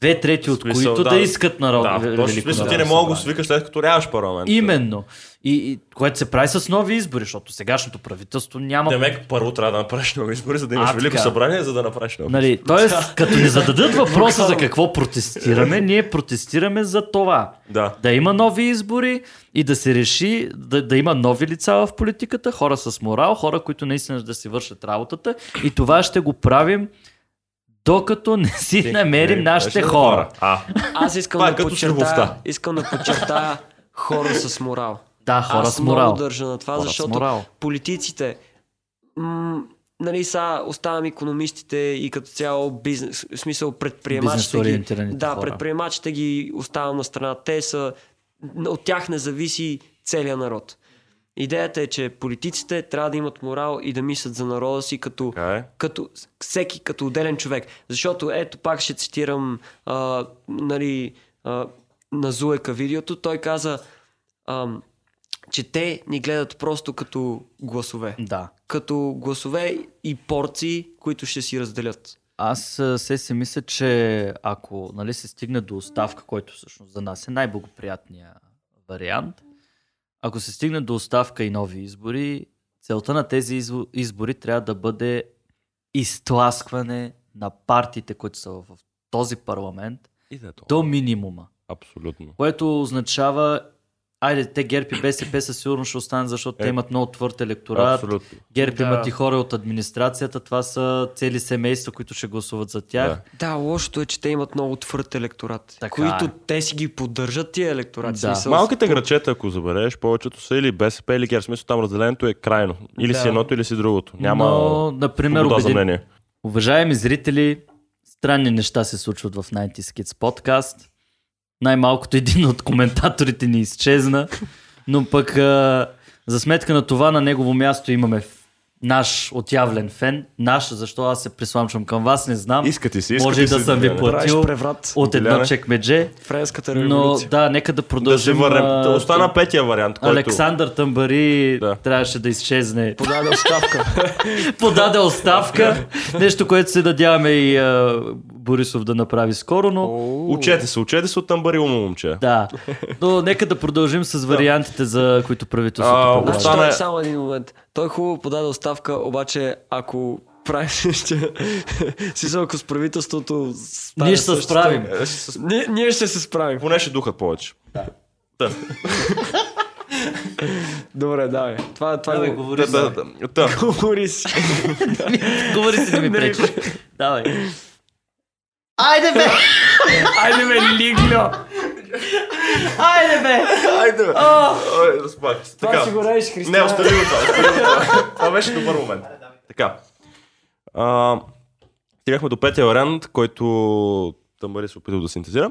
S4: Две трети от
S2: Смисъл,
S4: които да,
S2: да.
S4: искат народ...
S2: Да,
S4: Ве-
S2: точно в
S4: Велико
S2: смисъл ти не
S4: народно
S2: мога да го
S4: събрание.
S2: свикаш след като нямаш парламент.
S4: Именно. И, и което се прави с нови избори, защото сегашното правителство няма
S2: Демек, първо трябва да направиш нови избори, за да имаш
S4: А,
S2: велико
S4: така.
S2: събрание, за да направиш нови.
S4: Нали, тоест, като ни зададат въпроса за какво протестираме, ние протестираме за това.
S2: Да.
S4: Да има нови избори и да се реши да, да има нови лица в политиката, хора с морал, хора, които наистина да си вършат работата. И това ще го правим докато не си намерим нашите хора.
S2: Е, А,
S3: Аз искам
S2: Това е
S3: да
S2: като с любовта.
S3: подчертая, искам да подчертая хора с морал.
S4: Да, хора
S3: Аз
S4: с морал.
S3: много държа на това,
S4: Хора с
S3: защото
S4: морал.
S3: политиците, м- нали са, оставам економистите и като цяло бизнес, в смисъл предприемачите ги,
S4: Бизнес-ориентираните
S3: да,
S4: хора.
S3: предприемачите ги оставам на страна. Те са, от тях не зависи целият народ. Идеята е, че политиците трябва да имат морал и да мислят за народа си като
S2: така е.
S3: като всеки като отделен човек. Защото ето пак ще цитирам а, нали, а, на Зуека видеото, той каза, а, че те ни гледат просто като гласове.
S4: Да.
S3: Като гласове и порции, които ще си разделят.
S4: Аз а, се си мисля, че ако нали, се стигне до оставка, който всъщност за нас е най-благоприятният вариант, ако се стигне до оставка и нови избори, целта на тези изво- избори трябва да бъде изтласкване на партиите, които са в в този парламент,
S2: И да е то.
S4: до минимума.
S2: Абсолютно.
S4: Което означава, айде, те ГЕРБ и БСП със сигурност ще останат, защото те
S2: Е.
S4: имат много твърд електорат,
S2: Абсолютно.
S4: ГЕРБ
S3: Да.
S4: имат и хора от администрацията, това са цели семейства, които ще гласуват за тях.
S2: Да.
S3: Да, лошото е, че те имат много твърд електорат,
S4: Така
S3: които
S4: е.
S3: те си ги поддържат тия електорат.
S4: Да.
S3: Смисъл,
S2: Малките грачета, ако забереш, повечето са или БСП, или ГЕРБ. В Смисъл там разделението е крайно. Или
S3: Да.
S2: си едното, или си другото. Няма
S4: Но, например,
S2: свобода за
S4: убеден...
S2: мнение.
S4: Уважаеми зрители, странни неща се случват в 90 Kids подкаст. Най-малкото един от коментаторите ни изчезна, но пък а, за сметка на това на негово място имаме ф- наш отявлен фен. Наш, защо аз се присламчвам към вас, не знам.
S2: Искате си, искате
S4: Може и да
S2: си,
S4: съм ви
S2: Диляне.
S3: правиш
S4: платил
S3: преврат.
S4: от едно
S2: Диляне.
S4: чекмедже.
S3: Френската
S4: Но
S3: революция.
S4: да, нека да
S2: Да се
S4: продължим.
S2: върнем.
S4: а,
S2: Да Остана петия вариант, който...
S4: Александър Тамбари
S2: Да.
S4: трябваше да изчезне.
S3: Подаде оставка.
S4: подаде оставка. Нещо, което се надяваме и а, Борисов да направи скоро, но
S2: Учете се, учете се от тамбари ума, момче.
S4: да. Но нека да продължим с вариантите, за които
S2: А,
S4: правителството
S2: Да.
S3: Значи
S4: предлага.
S2: остана-
S3: той е само един момент. Той е хубаво подаде оставка, обаче ако правиш ще... Си ако с правителството... стане
S4: Ние ще се
S3: същото,
S4: справим.
S2: Е, с-
S3: Ние, ние ще се справим.
S2: Поне ще духат повече.
S3: Добре, давай. Това, това
S4: Давай,
S3: го...
S4: говори
S2: Да,
S4: си.
S2: да, да. Та.
S3: Говори си.
S4: Говори си, да
S3: Не
S4: ми
S3: ми
S4: пречиш. Давай.
S3: Айде бе! Айде бе, Лигло!
S4: Айде бе!
S2: Айде, бе. Ой, разплаках се.
S3: Това
S2: Така.
S3: си го правиш, Христо.
S2: Не, остави го това. остави го това. Това беше добър момент. Така. А, Стигнахме до петия вариант, който Тамбари се опитал да синтезира.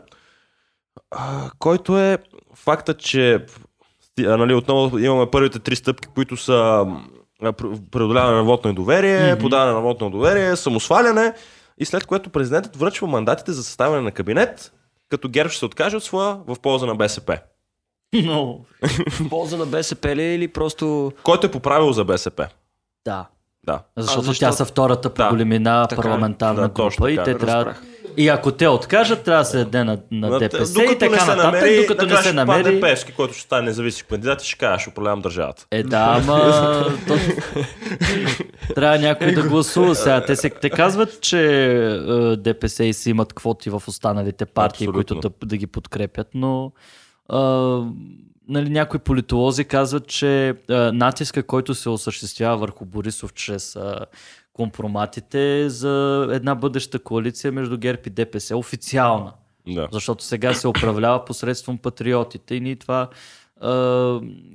S2: А, който е факта, че сти- а, нали, отново имаме първите три стъпки, които са м, а, пр- преодоляване на вотно недоверие, mm-hmm. подаване на вотно недоверие, самосваляне и след което президентът връчва мандатите за съставяне на кабинет, като ГЕРБ ще се откаже от своя в полза на БСП.
S4: Но,
S3: В полза на БСП ли или просто...
S2: Който е поправил за БСП.
S4: да.
S2: Да.
S4: Защото
S3: защо?
S4: тя са втората по
S2: Да.
S4: големина
S3: Така е.
S4: парламентарна
S2: Да,
S4: група
S2: точно
S4: и
S2: така.
S4: те трябва И ако те откажат, трябва да се даде на, на ДПС и така нататък, докато не
S2: накрая
S4: се
S2: ще падне
S4: намери.
S2: Певски, който ще стане независим кандидат и ще каже, ще управлявам държавата.
S4: Е, да, ама... то... Трябва някой да гласува сега. Те, се, те казват, че е, ДПС и си имат квоти в останалите партии,
S2: Абсолютно.
S4: които да, да ги подкрепят, но е, нали, някои политолози казват, че е, натиска, който се осъществява върху Борисов чрез е, компроматите е за една бъдеща коалиция между ГЕРБ и ДПС, официална.
S2: Да.
S4: Защото сега се управлява посредством патриотите и ние това а,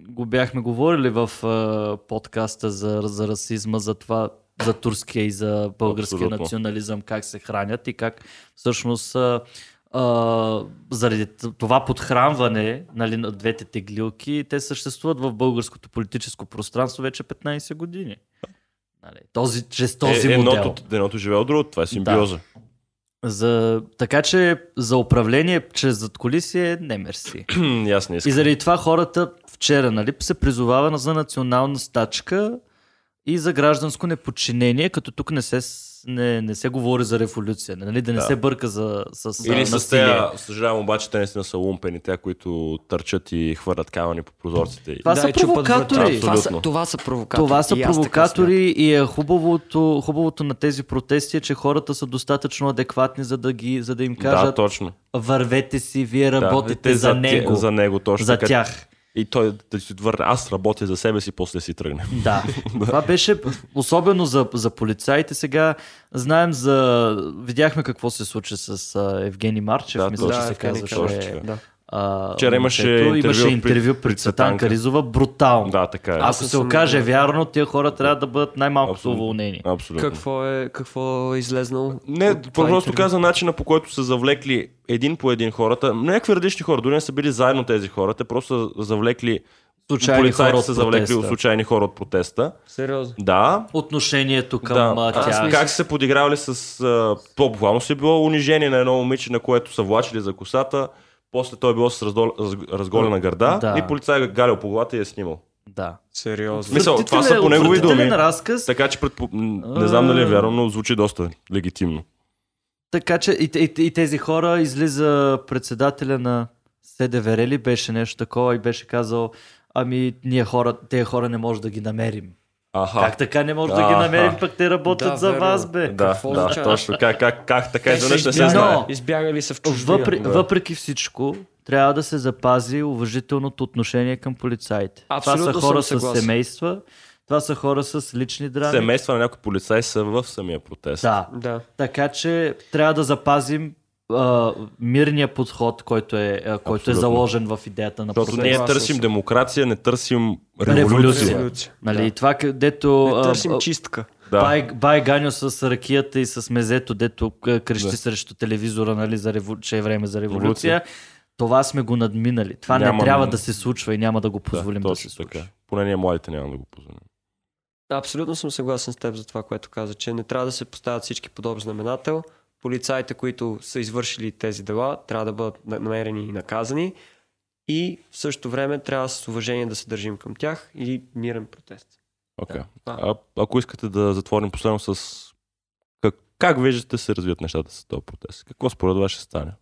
S4: го бяхме говорили в а, подкаста за, за расизма, за това, за турския и за българския
S2: Абсолютно.
S4: национализъм, как се хранят и как всъщност а, а, заради т- това подхранване нали, на двете теглилки, те съществуват в българското политическо пространство вече 15 години. Нали, този, чрез този
S2: е,
S4: модел.
S2: Едното, едното живее от другото, това е симбиоза.
S4: За... Така че за управление чрез задколисие не мерси.
S2: Да. Аз не
S4: И
S2: искам.
S4: заради това хората вчера нали, се призовава за национална стачка и за гражданско неподчинение, като тук не се, с- не, не се говори за революция, нали, да не
S2: Да.
S4: се бърка за, с
S2: Или
S4: а,
S2: с
S4: насилие.
S2: тея, съжалявам, обаче те наистина са лумпени, те, които търчат и хвърлят камъни по прозорците. И-
S4: Това са
S3: и чупат
S4: провокатори.
S3: врата. Това са,
S2: Абсолютно.
S3: това са провокатори.
S4: Това са
S3: И аз така
S4: провокатори и е хубавото, хубавото на тези протести е, че хората са достатъчно адекватни, за да, ги, за да им
S2: Да,
S4: кажат
S2: точно.
S4: вървете си, вие
S2: Да,
S4: работите
S2: те
S4: за, него,
S2: За него, точно.
S4: за
S2: така.
S4: тях.
S2: И той да си отвърне, аз работя за себе си, после си тръгне.
S4: Да, това беше особено за, за полицаите. Сега знаем за... Видяхме какво се случи с а, Евгений Марчев,
S2: Да,
S4: мисля,
S2: точно
S4: че се
S3: Евгений
S4: казваше.
S2: Марчев, точно така.
S3: е, Да.
S4: а,
S2: Вчера имаше
S4: момчето. имаше
S2: интервю при-
S4: интервю при,
S2: при
S4: Цветан
S2: Цветанка.
S4: Каризова, брутално.
S2: Да, така е.
S4: Ако
S3: се
S4: се окаже
S3: съмнявам.
S4: вярно, тия хора трябва да бъдат най-малкото
S2: Абсолютно.
S4: уволнени.
S2: Абсолютно.
S3: Какво е, какво е излезнало?
S2: Не,
S3: от това
S2: просто
S3: интервю?
S2: каза начина по който са завлекли един по един хората. Някакви различни хора, дори не са били заедно тези хора, те просто са завлекли.
S4: Случайни
S2: полицаите
S4: хора от
S2: са завлекли
S4: протеста.
S2: случайни хора от протеста.
S3: Сериозно.
S2: Да,
S4: Отношението към
S2: да.
S4: а,
S2: Аз
S4: тях.
S2: мисля- Как са се подигравали с... а, То буквално си е било унижение на едно момиче, на което са влачили за косата. После той е било с раздол... раз- разголена гърда
S4: Да.
S2: и полицай е галял по главата и е снимал.
S4: Да.
S3: Сериозно.
S2: Мисъл, това са
S4: Отвратителен-
S2: по негови думи.
S4: отвратителен разказ.
S2: Така че предпо... м, не знам дали е вярно, но звучи доста легитимно.
S4: Така че и, и, и тези хора излиза председателя на СДВР ли беше нещо такова и беше казал ами ние хора, тези хора не може да ги намерим.
S2: Аха.
S4: А. Как така не може да ги
S2: Аха.
S4: намерим, пък те работят
S3: Да,
S4: за
S3: верно.
S4: вас, бе.
S2: Да,
S3: Какво
S2: да,
S3: означава?
S2: точно. Как, как, как така изведнъж не се
S4: избягали.
S2: знае.
S4: Но-
S3: Избягали са в чужбина.
S4: Въпре,
S2: Да.
S4: Въпреки всичко, трябва да се запази уважителното отношение към полицаите.
S3: Абсолютно
S4: това
S3: съм
S4: са хора с
S3: съгласен.
S4: семейства, това са хора с лични драми.
S2: Семейства на някои полицаи са в самия протест.
S4: Да.
S3: Да.
S4: Така че трябва да запазим а, мирния подход, който е, а, който е
S2: Абсолютно.
S4: заложен в идеята на
S2: Защото
S4: процеса.
S2: ние
S3: Съгласен
S2: търсим
S3: съм.
S2: демокрация, не търсим
S4: Революция.
S2: революция.
S3: Революция.
S4: Нали,
S3: Да.
S4: и това където...
S3: Не
S4: а,
S3: търсим
S4: а,
S3: чистка.
S2: Да.
S4: Бай, бай Ганьо с ракията и с мезето, дето а, крещи
S2: Да.
S4: срещу телевизора, нали, за реву... че е време за революция.
S2: Революция.
S4: Това сме го надминали. Това не
S2: Няма-
S4: трябва да се случва и няма да го позволим да, се
S2: точно
S4: случва.
S2: така. Поне ние младите няма да го позволим.
S3: Абсолютно съм съгласен с теб за това, което каза, че не трябва да се поставят всички под общ знаменател. Полицаите, които са извършили тези дела, трябва да бъдат на- намерени и наказани. И в същото време трябва с уважение да се държим към тях и мирен протест.
S2: Okay.
S3: Да.
S2: А, ако искате да затворим последно с как, как виждате се развият нещата с този протест? Какво според вас ще стане?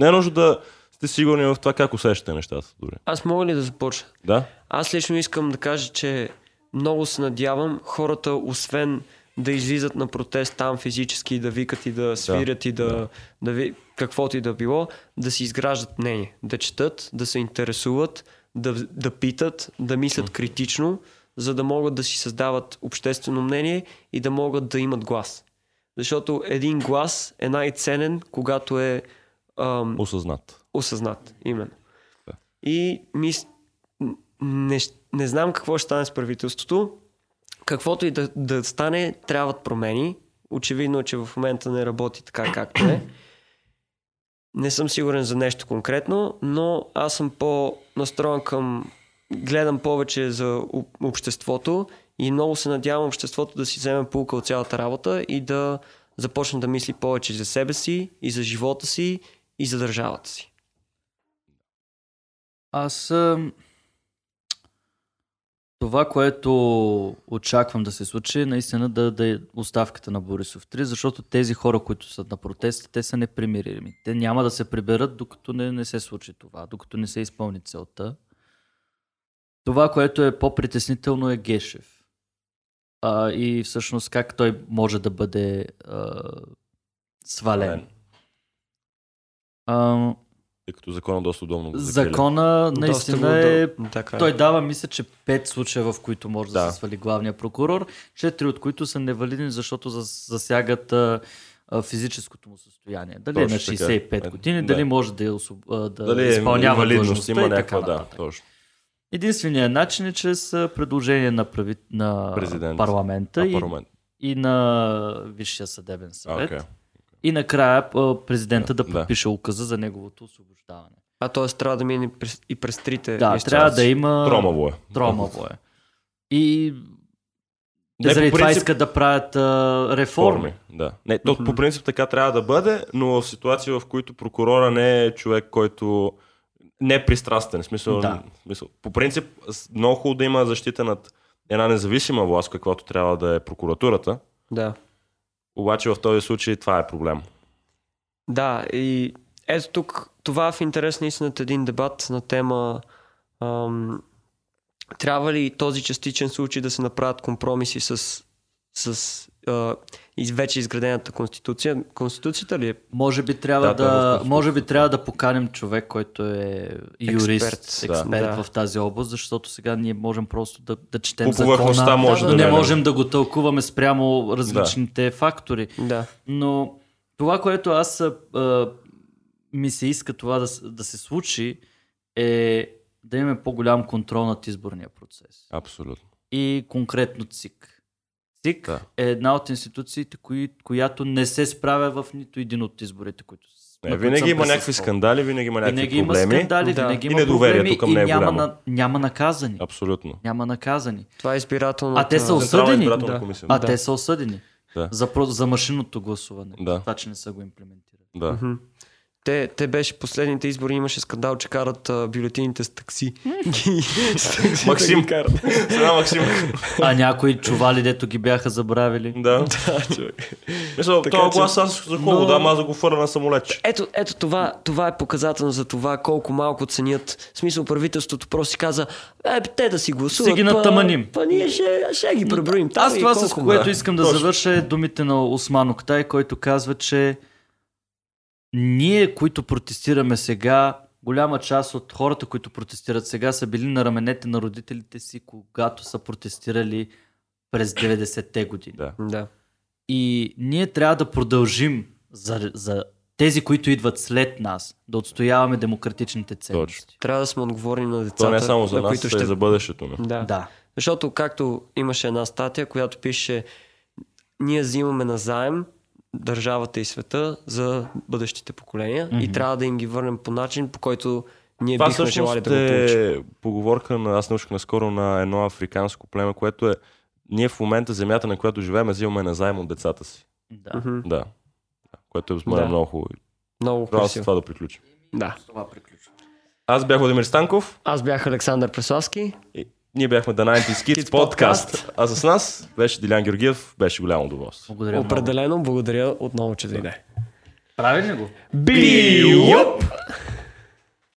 S2: Не е нужно да сте сигурни в това как усещате нещата дори.
S3: Аз мога ли да започна?
S2: Да?
S3: Аз лично искам да кажа, че много се надявам хората, освен да излизат на протест там физически, да викат и да свирят и да, да.
S2: да.
S3: ви, каквото и да било, да си изграждат мнение, да четат, да се интересуват, да, в- да питат, да мислят критично, за да могат да си създават обществено мнение и да могат да имат глас. Защото един глас е най-ценен, когато е ам,
S2: Осъзнат.
S3: осъзнат, именно.
S2: Да.
S3: И мис... н- не, щ- не знам какво ще стане с правителството. Каквото и да, да стане, трябват промени. Очевидно е, че в момента не работи така както е. Не съм сигурен за нещо конкретно, но аз съм по-настроен към... Гледам повече за об- обществото и много се надявам обществото да си вземе полука от цялата работа и да започне да мисли повече за себе си и за живота си и за държавата си.
S4: Аз... ам, Това, което очаквам да се случи, е наистина да, да е оставката на Борисов 3, защото тези хора, които са на протеста, те са непримирими. Те няма да се приберат, докато не, не се случи това, докато не се изпълни целта. Това, което е по-притеснително е Гешев. А, и всъщност как той може да бъде а, свален.
S2: Свален.
S4: А,
S2: Тъй като закона доста удобно го закриля.
S4: закона наистина е
S3: Така,
S4: той дава, мисля, че пет случая, в които може да,
S2: Да.
S4: се свали главния прокурор, четири от които са невалидни, защото зас- засягат а, а, физическото му състояние. Дали е на
S2: Точно така.
S4: 65 години,
S2: Е,
S4: дали
S2: да.
S4: може да, я освоб- а, да
S2: Дали е
S4: изпълнява
S2: инвалидност,
S4: длъжността
S2: има
S4: и
S2: някаква,
S4: така
S2: да,
S4: нататък.
S2: точно.
S4: Единственият начин е чрез а, предложение на, прави... на
S2: Президент.
S4: парламента
S2: А,
S4: и,
S2: парламент.
S4: и на Висшия съдебен
S2: А,
S4: съвет.
S2: окей.
S4: И накрая а, президента да
S2: Да.
S4: подпише указа за неговото освобождаване.
S3: А т.е. трябва да мине през, и през
S2: Е,
S3: трите.
S4: Да,
S3: инстанции.
S4: трябва да има...
S2: Тромаво е.
S4: Тромаво е. И те
S2: Не,
S4: заради
S2: по
S4: Нали, това
S2: принцип-
S4: искат да правят а, реформи.
S2: Форми. Да. Не, то по принцип така трябва да бъде, но в ситуация, в които прокурора не е човек, който не е пристрастен. В Смисъл,
S4: Да.
S2: да. смисъл. По принцип, с- много хубаво да има защита над една независима власт, каквато трябва да е прокуратурата.
S3: Да.
S2: Обаче в този случай това е проблем.
S3: Да, и ето тук това в интерес на истината е един дебат на тема ам, трябва ли този частичен случай да се направят компромиси с, с а, из вече изградената конституция? Конституцията ли е
S4: Може би трябва да,
S2: Да, той е в
S4: да
S2: Конституцията.
S4: може би трябва да поканим човек, който е юрист,
S3: Експерт,
S4: експерт,
S3: да. Да.
S4: в тази област, защото сега ние можем просто да, да четем
S2: По повърхността
S4: закона.
S2: може
S3: да
S4: не е.
S2: гледаме.
S4: можем да го тълкуваме спрямо различните фактори.
S3: Да.
S4: Но това, което аз а, а, ми се иска това да, с- да се случи, е да имаме по-голям контрол над изборния процес.
S2: Абсолютно.
S4: и конкретно ЦИК. ЦИК
S2: Да.
S4: е една от институциите, кои, която не се справя в нито един от изборите, които с- на
S2: Не,
S4: които
S2: винаги
S4: съм
S2: има някакви
S4: присъствал.
S2: скандали, винаги има някакви
S4: Винаги има
S2: проблеми.
S4: скандали,
S3: Да.
S4: винаги
S2: И
S4: има
S2: недоверието
S4: проблеми
S2: към
S4: и
S2: него е
S4: няма,
S2: голямо.
S4: на, няма наказани.
S2: Абсолютно.
S4: Няма наказани.
S3: Това е избирателната...
S4: А те са
S2: Централна
S4: осъдени.
S2: избирателна
S4: Да.
S2: комисия,
S4: А
S3: да.
S4: те са осъдени.
S2: Да.
S4: За, про- за машинното гласуване.
S2: Да.
S4: Това, че не са го имплементирали.
S2: Да.
S3: Мгм. Те, те беше последните избори, имаше скандал, че карат а, бюлетините с такси. Ги- с такси да
S2: Максим.
S3: ги карат.
S2: Сега Максим.
S4: А някои чували, дето ги бяха забравили.
S2: Да. Мисля,
S3: Така
S2: това
S3: че-
S2: глас аз за хубаво,
S4: Но-
S2: да, ама аз да го фърна на самолетче.
S3: Ето, ето това, това е показателно за това колко малко ценят. В смисъл правителството просто си каза, е, бе, те да си гласуват.
S4: Ще ги
S3: па-
S4: натъманим.
S3: Па, ние ще, ще ги преброим. Там
S4: Аз
S3: и
S4: това, с
S3: колко,
S4: което
S3: бе.
S4: искам да
S2: Точно.
S4: завърша е думите на Осман Октай, който казва, че ние, които протестираме сега, голяма част от хората, които протестират сега, са били на раменете на родителите си, когато са протестирали през 90-те години.
S2: Да.
S3: Да.
S4: И ние трябва да продължим за, за тези, които идват след нас, да отстояваме демократичните ценности.
S3: Трябва да сме отговорни на децата,
S2: Това не е само за
S3: на
S2: нас,
S3: които
S2: а
S3: ще...
S2: и за бъдещето ни.
S3: Да.
S4: Да.
S3: Защото както имаше една статия, която пише ние взимаме на заем държавата и света за бъдещите поколения
S4: Мгм.
S3: и трябва да им ги върнем по начин, по който ние
S2: Това
S3: бихме желали
S2: всъщност
S3: да го получим.
S2: е поговорка на, аз научих наскоро на едно африканско племе, което е ние в момента земята, на която живеем, я взимаме назаем от децата си.
S4: да.
S2: Да.
S3: Мгм.
S2: Да. Което е според мен
S3: Да.
S2: много хубаво.
S3: Много
S2: Трябва с
S3: красиво.
S2: това да приключим.
S3: Да.
S4: Това приключва.
S2: Аз бях Владимир Станков.
S3: Аз бях Александър Преславски.
S2: И ние бяхме The 90 Kids
S3: Kids
S2: подкаст. А с нас беше Дилян Георгиев. Беше голямо удоволствие.
S4: Благодаря. много.
S3: Определено благодаря отново, че дойде.
S4: Правилно ли го?
S3: Бил!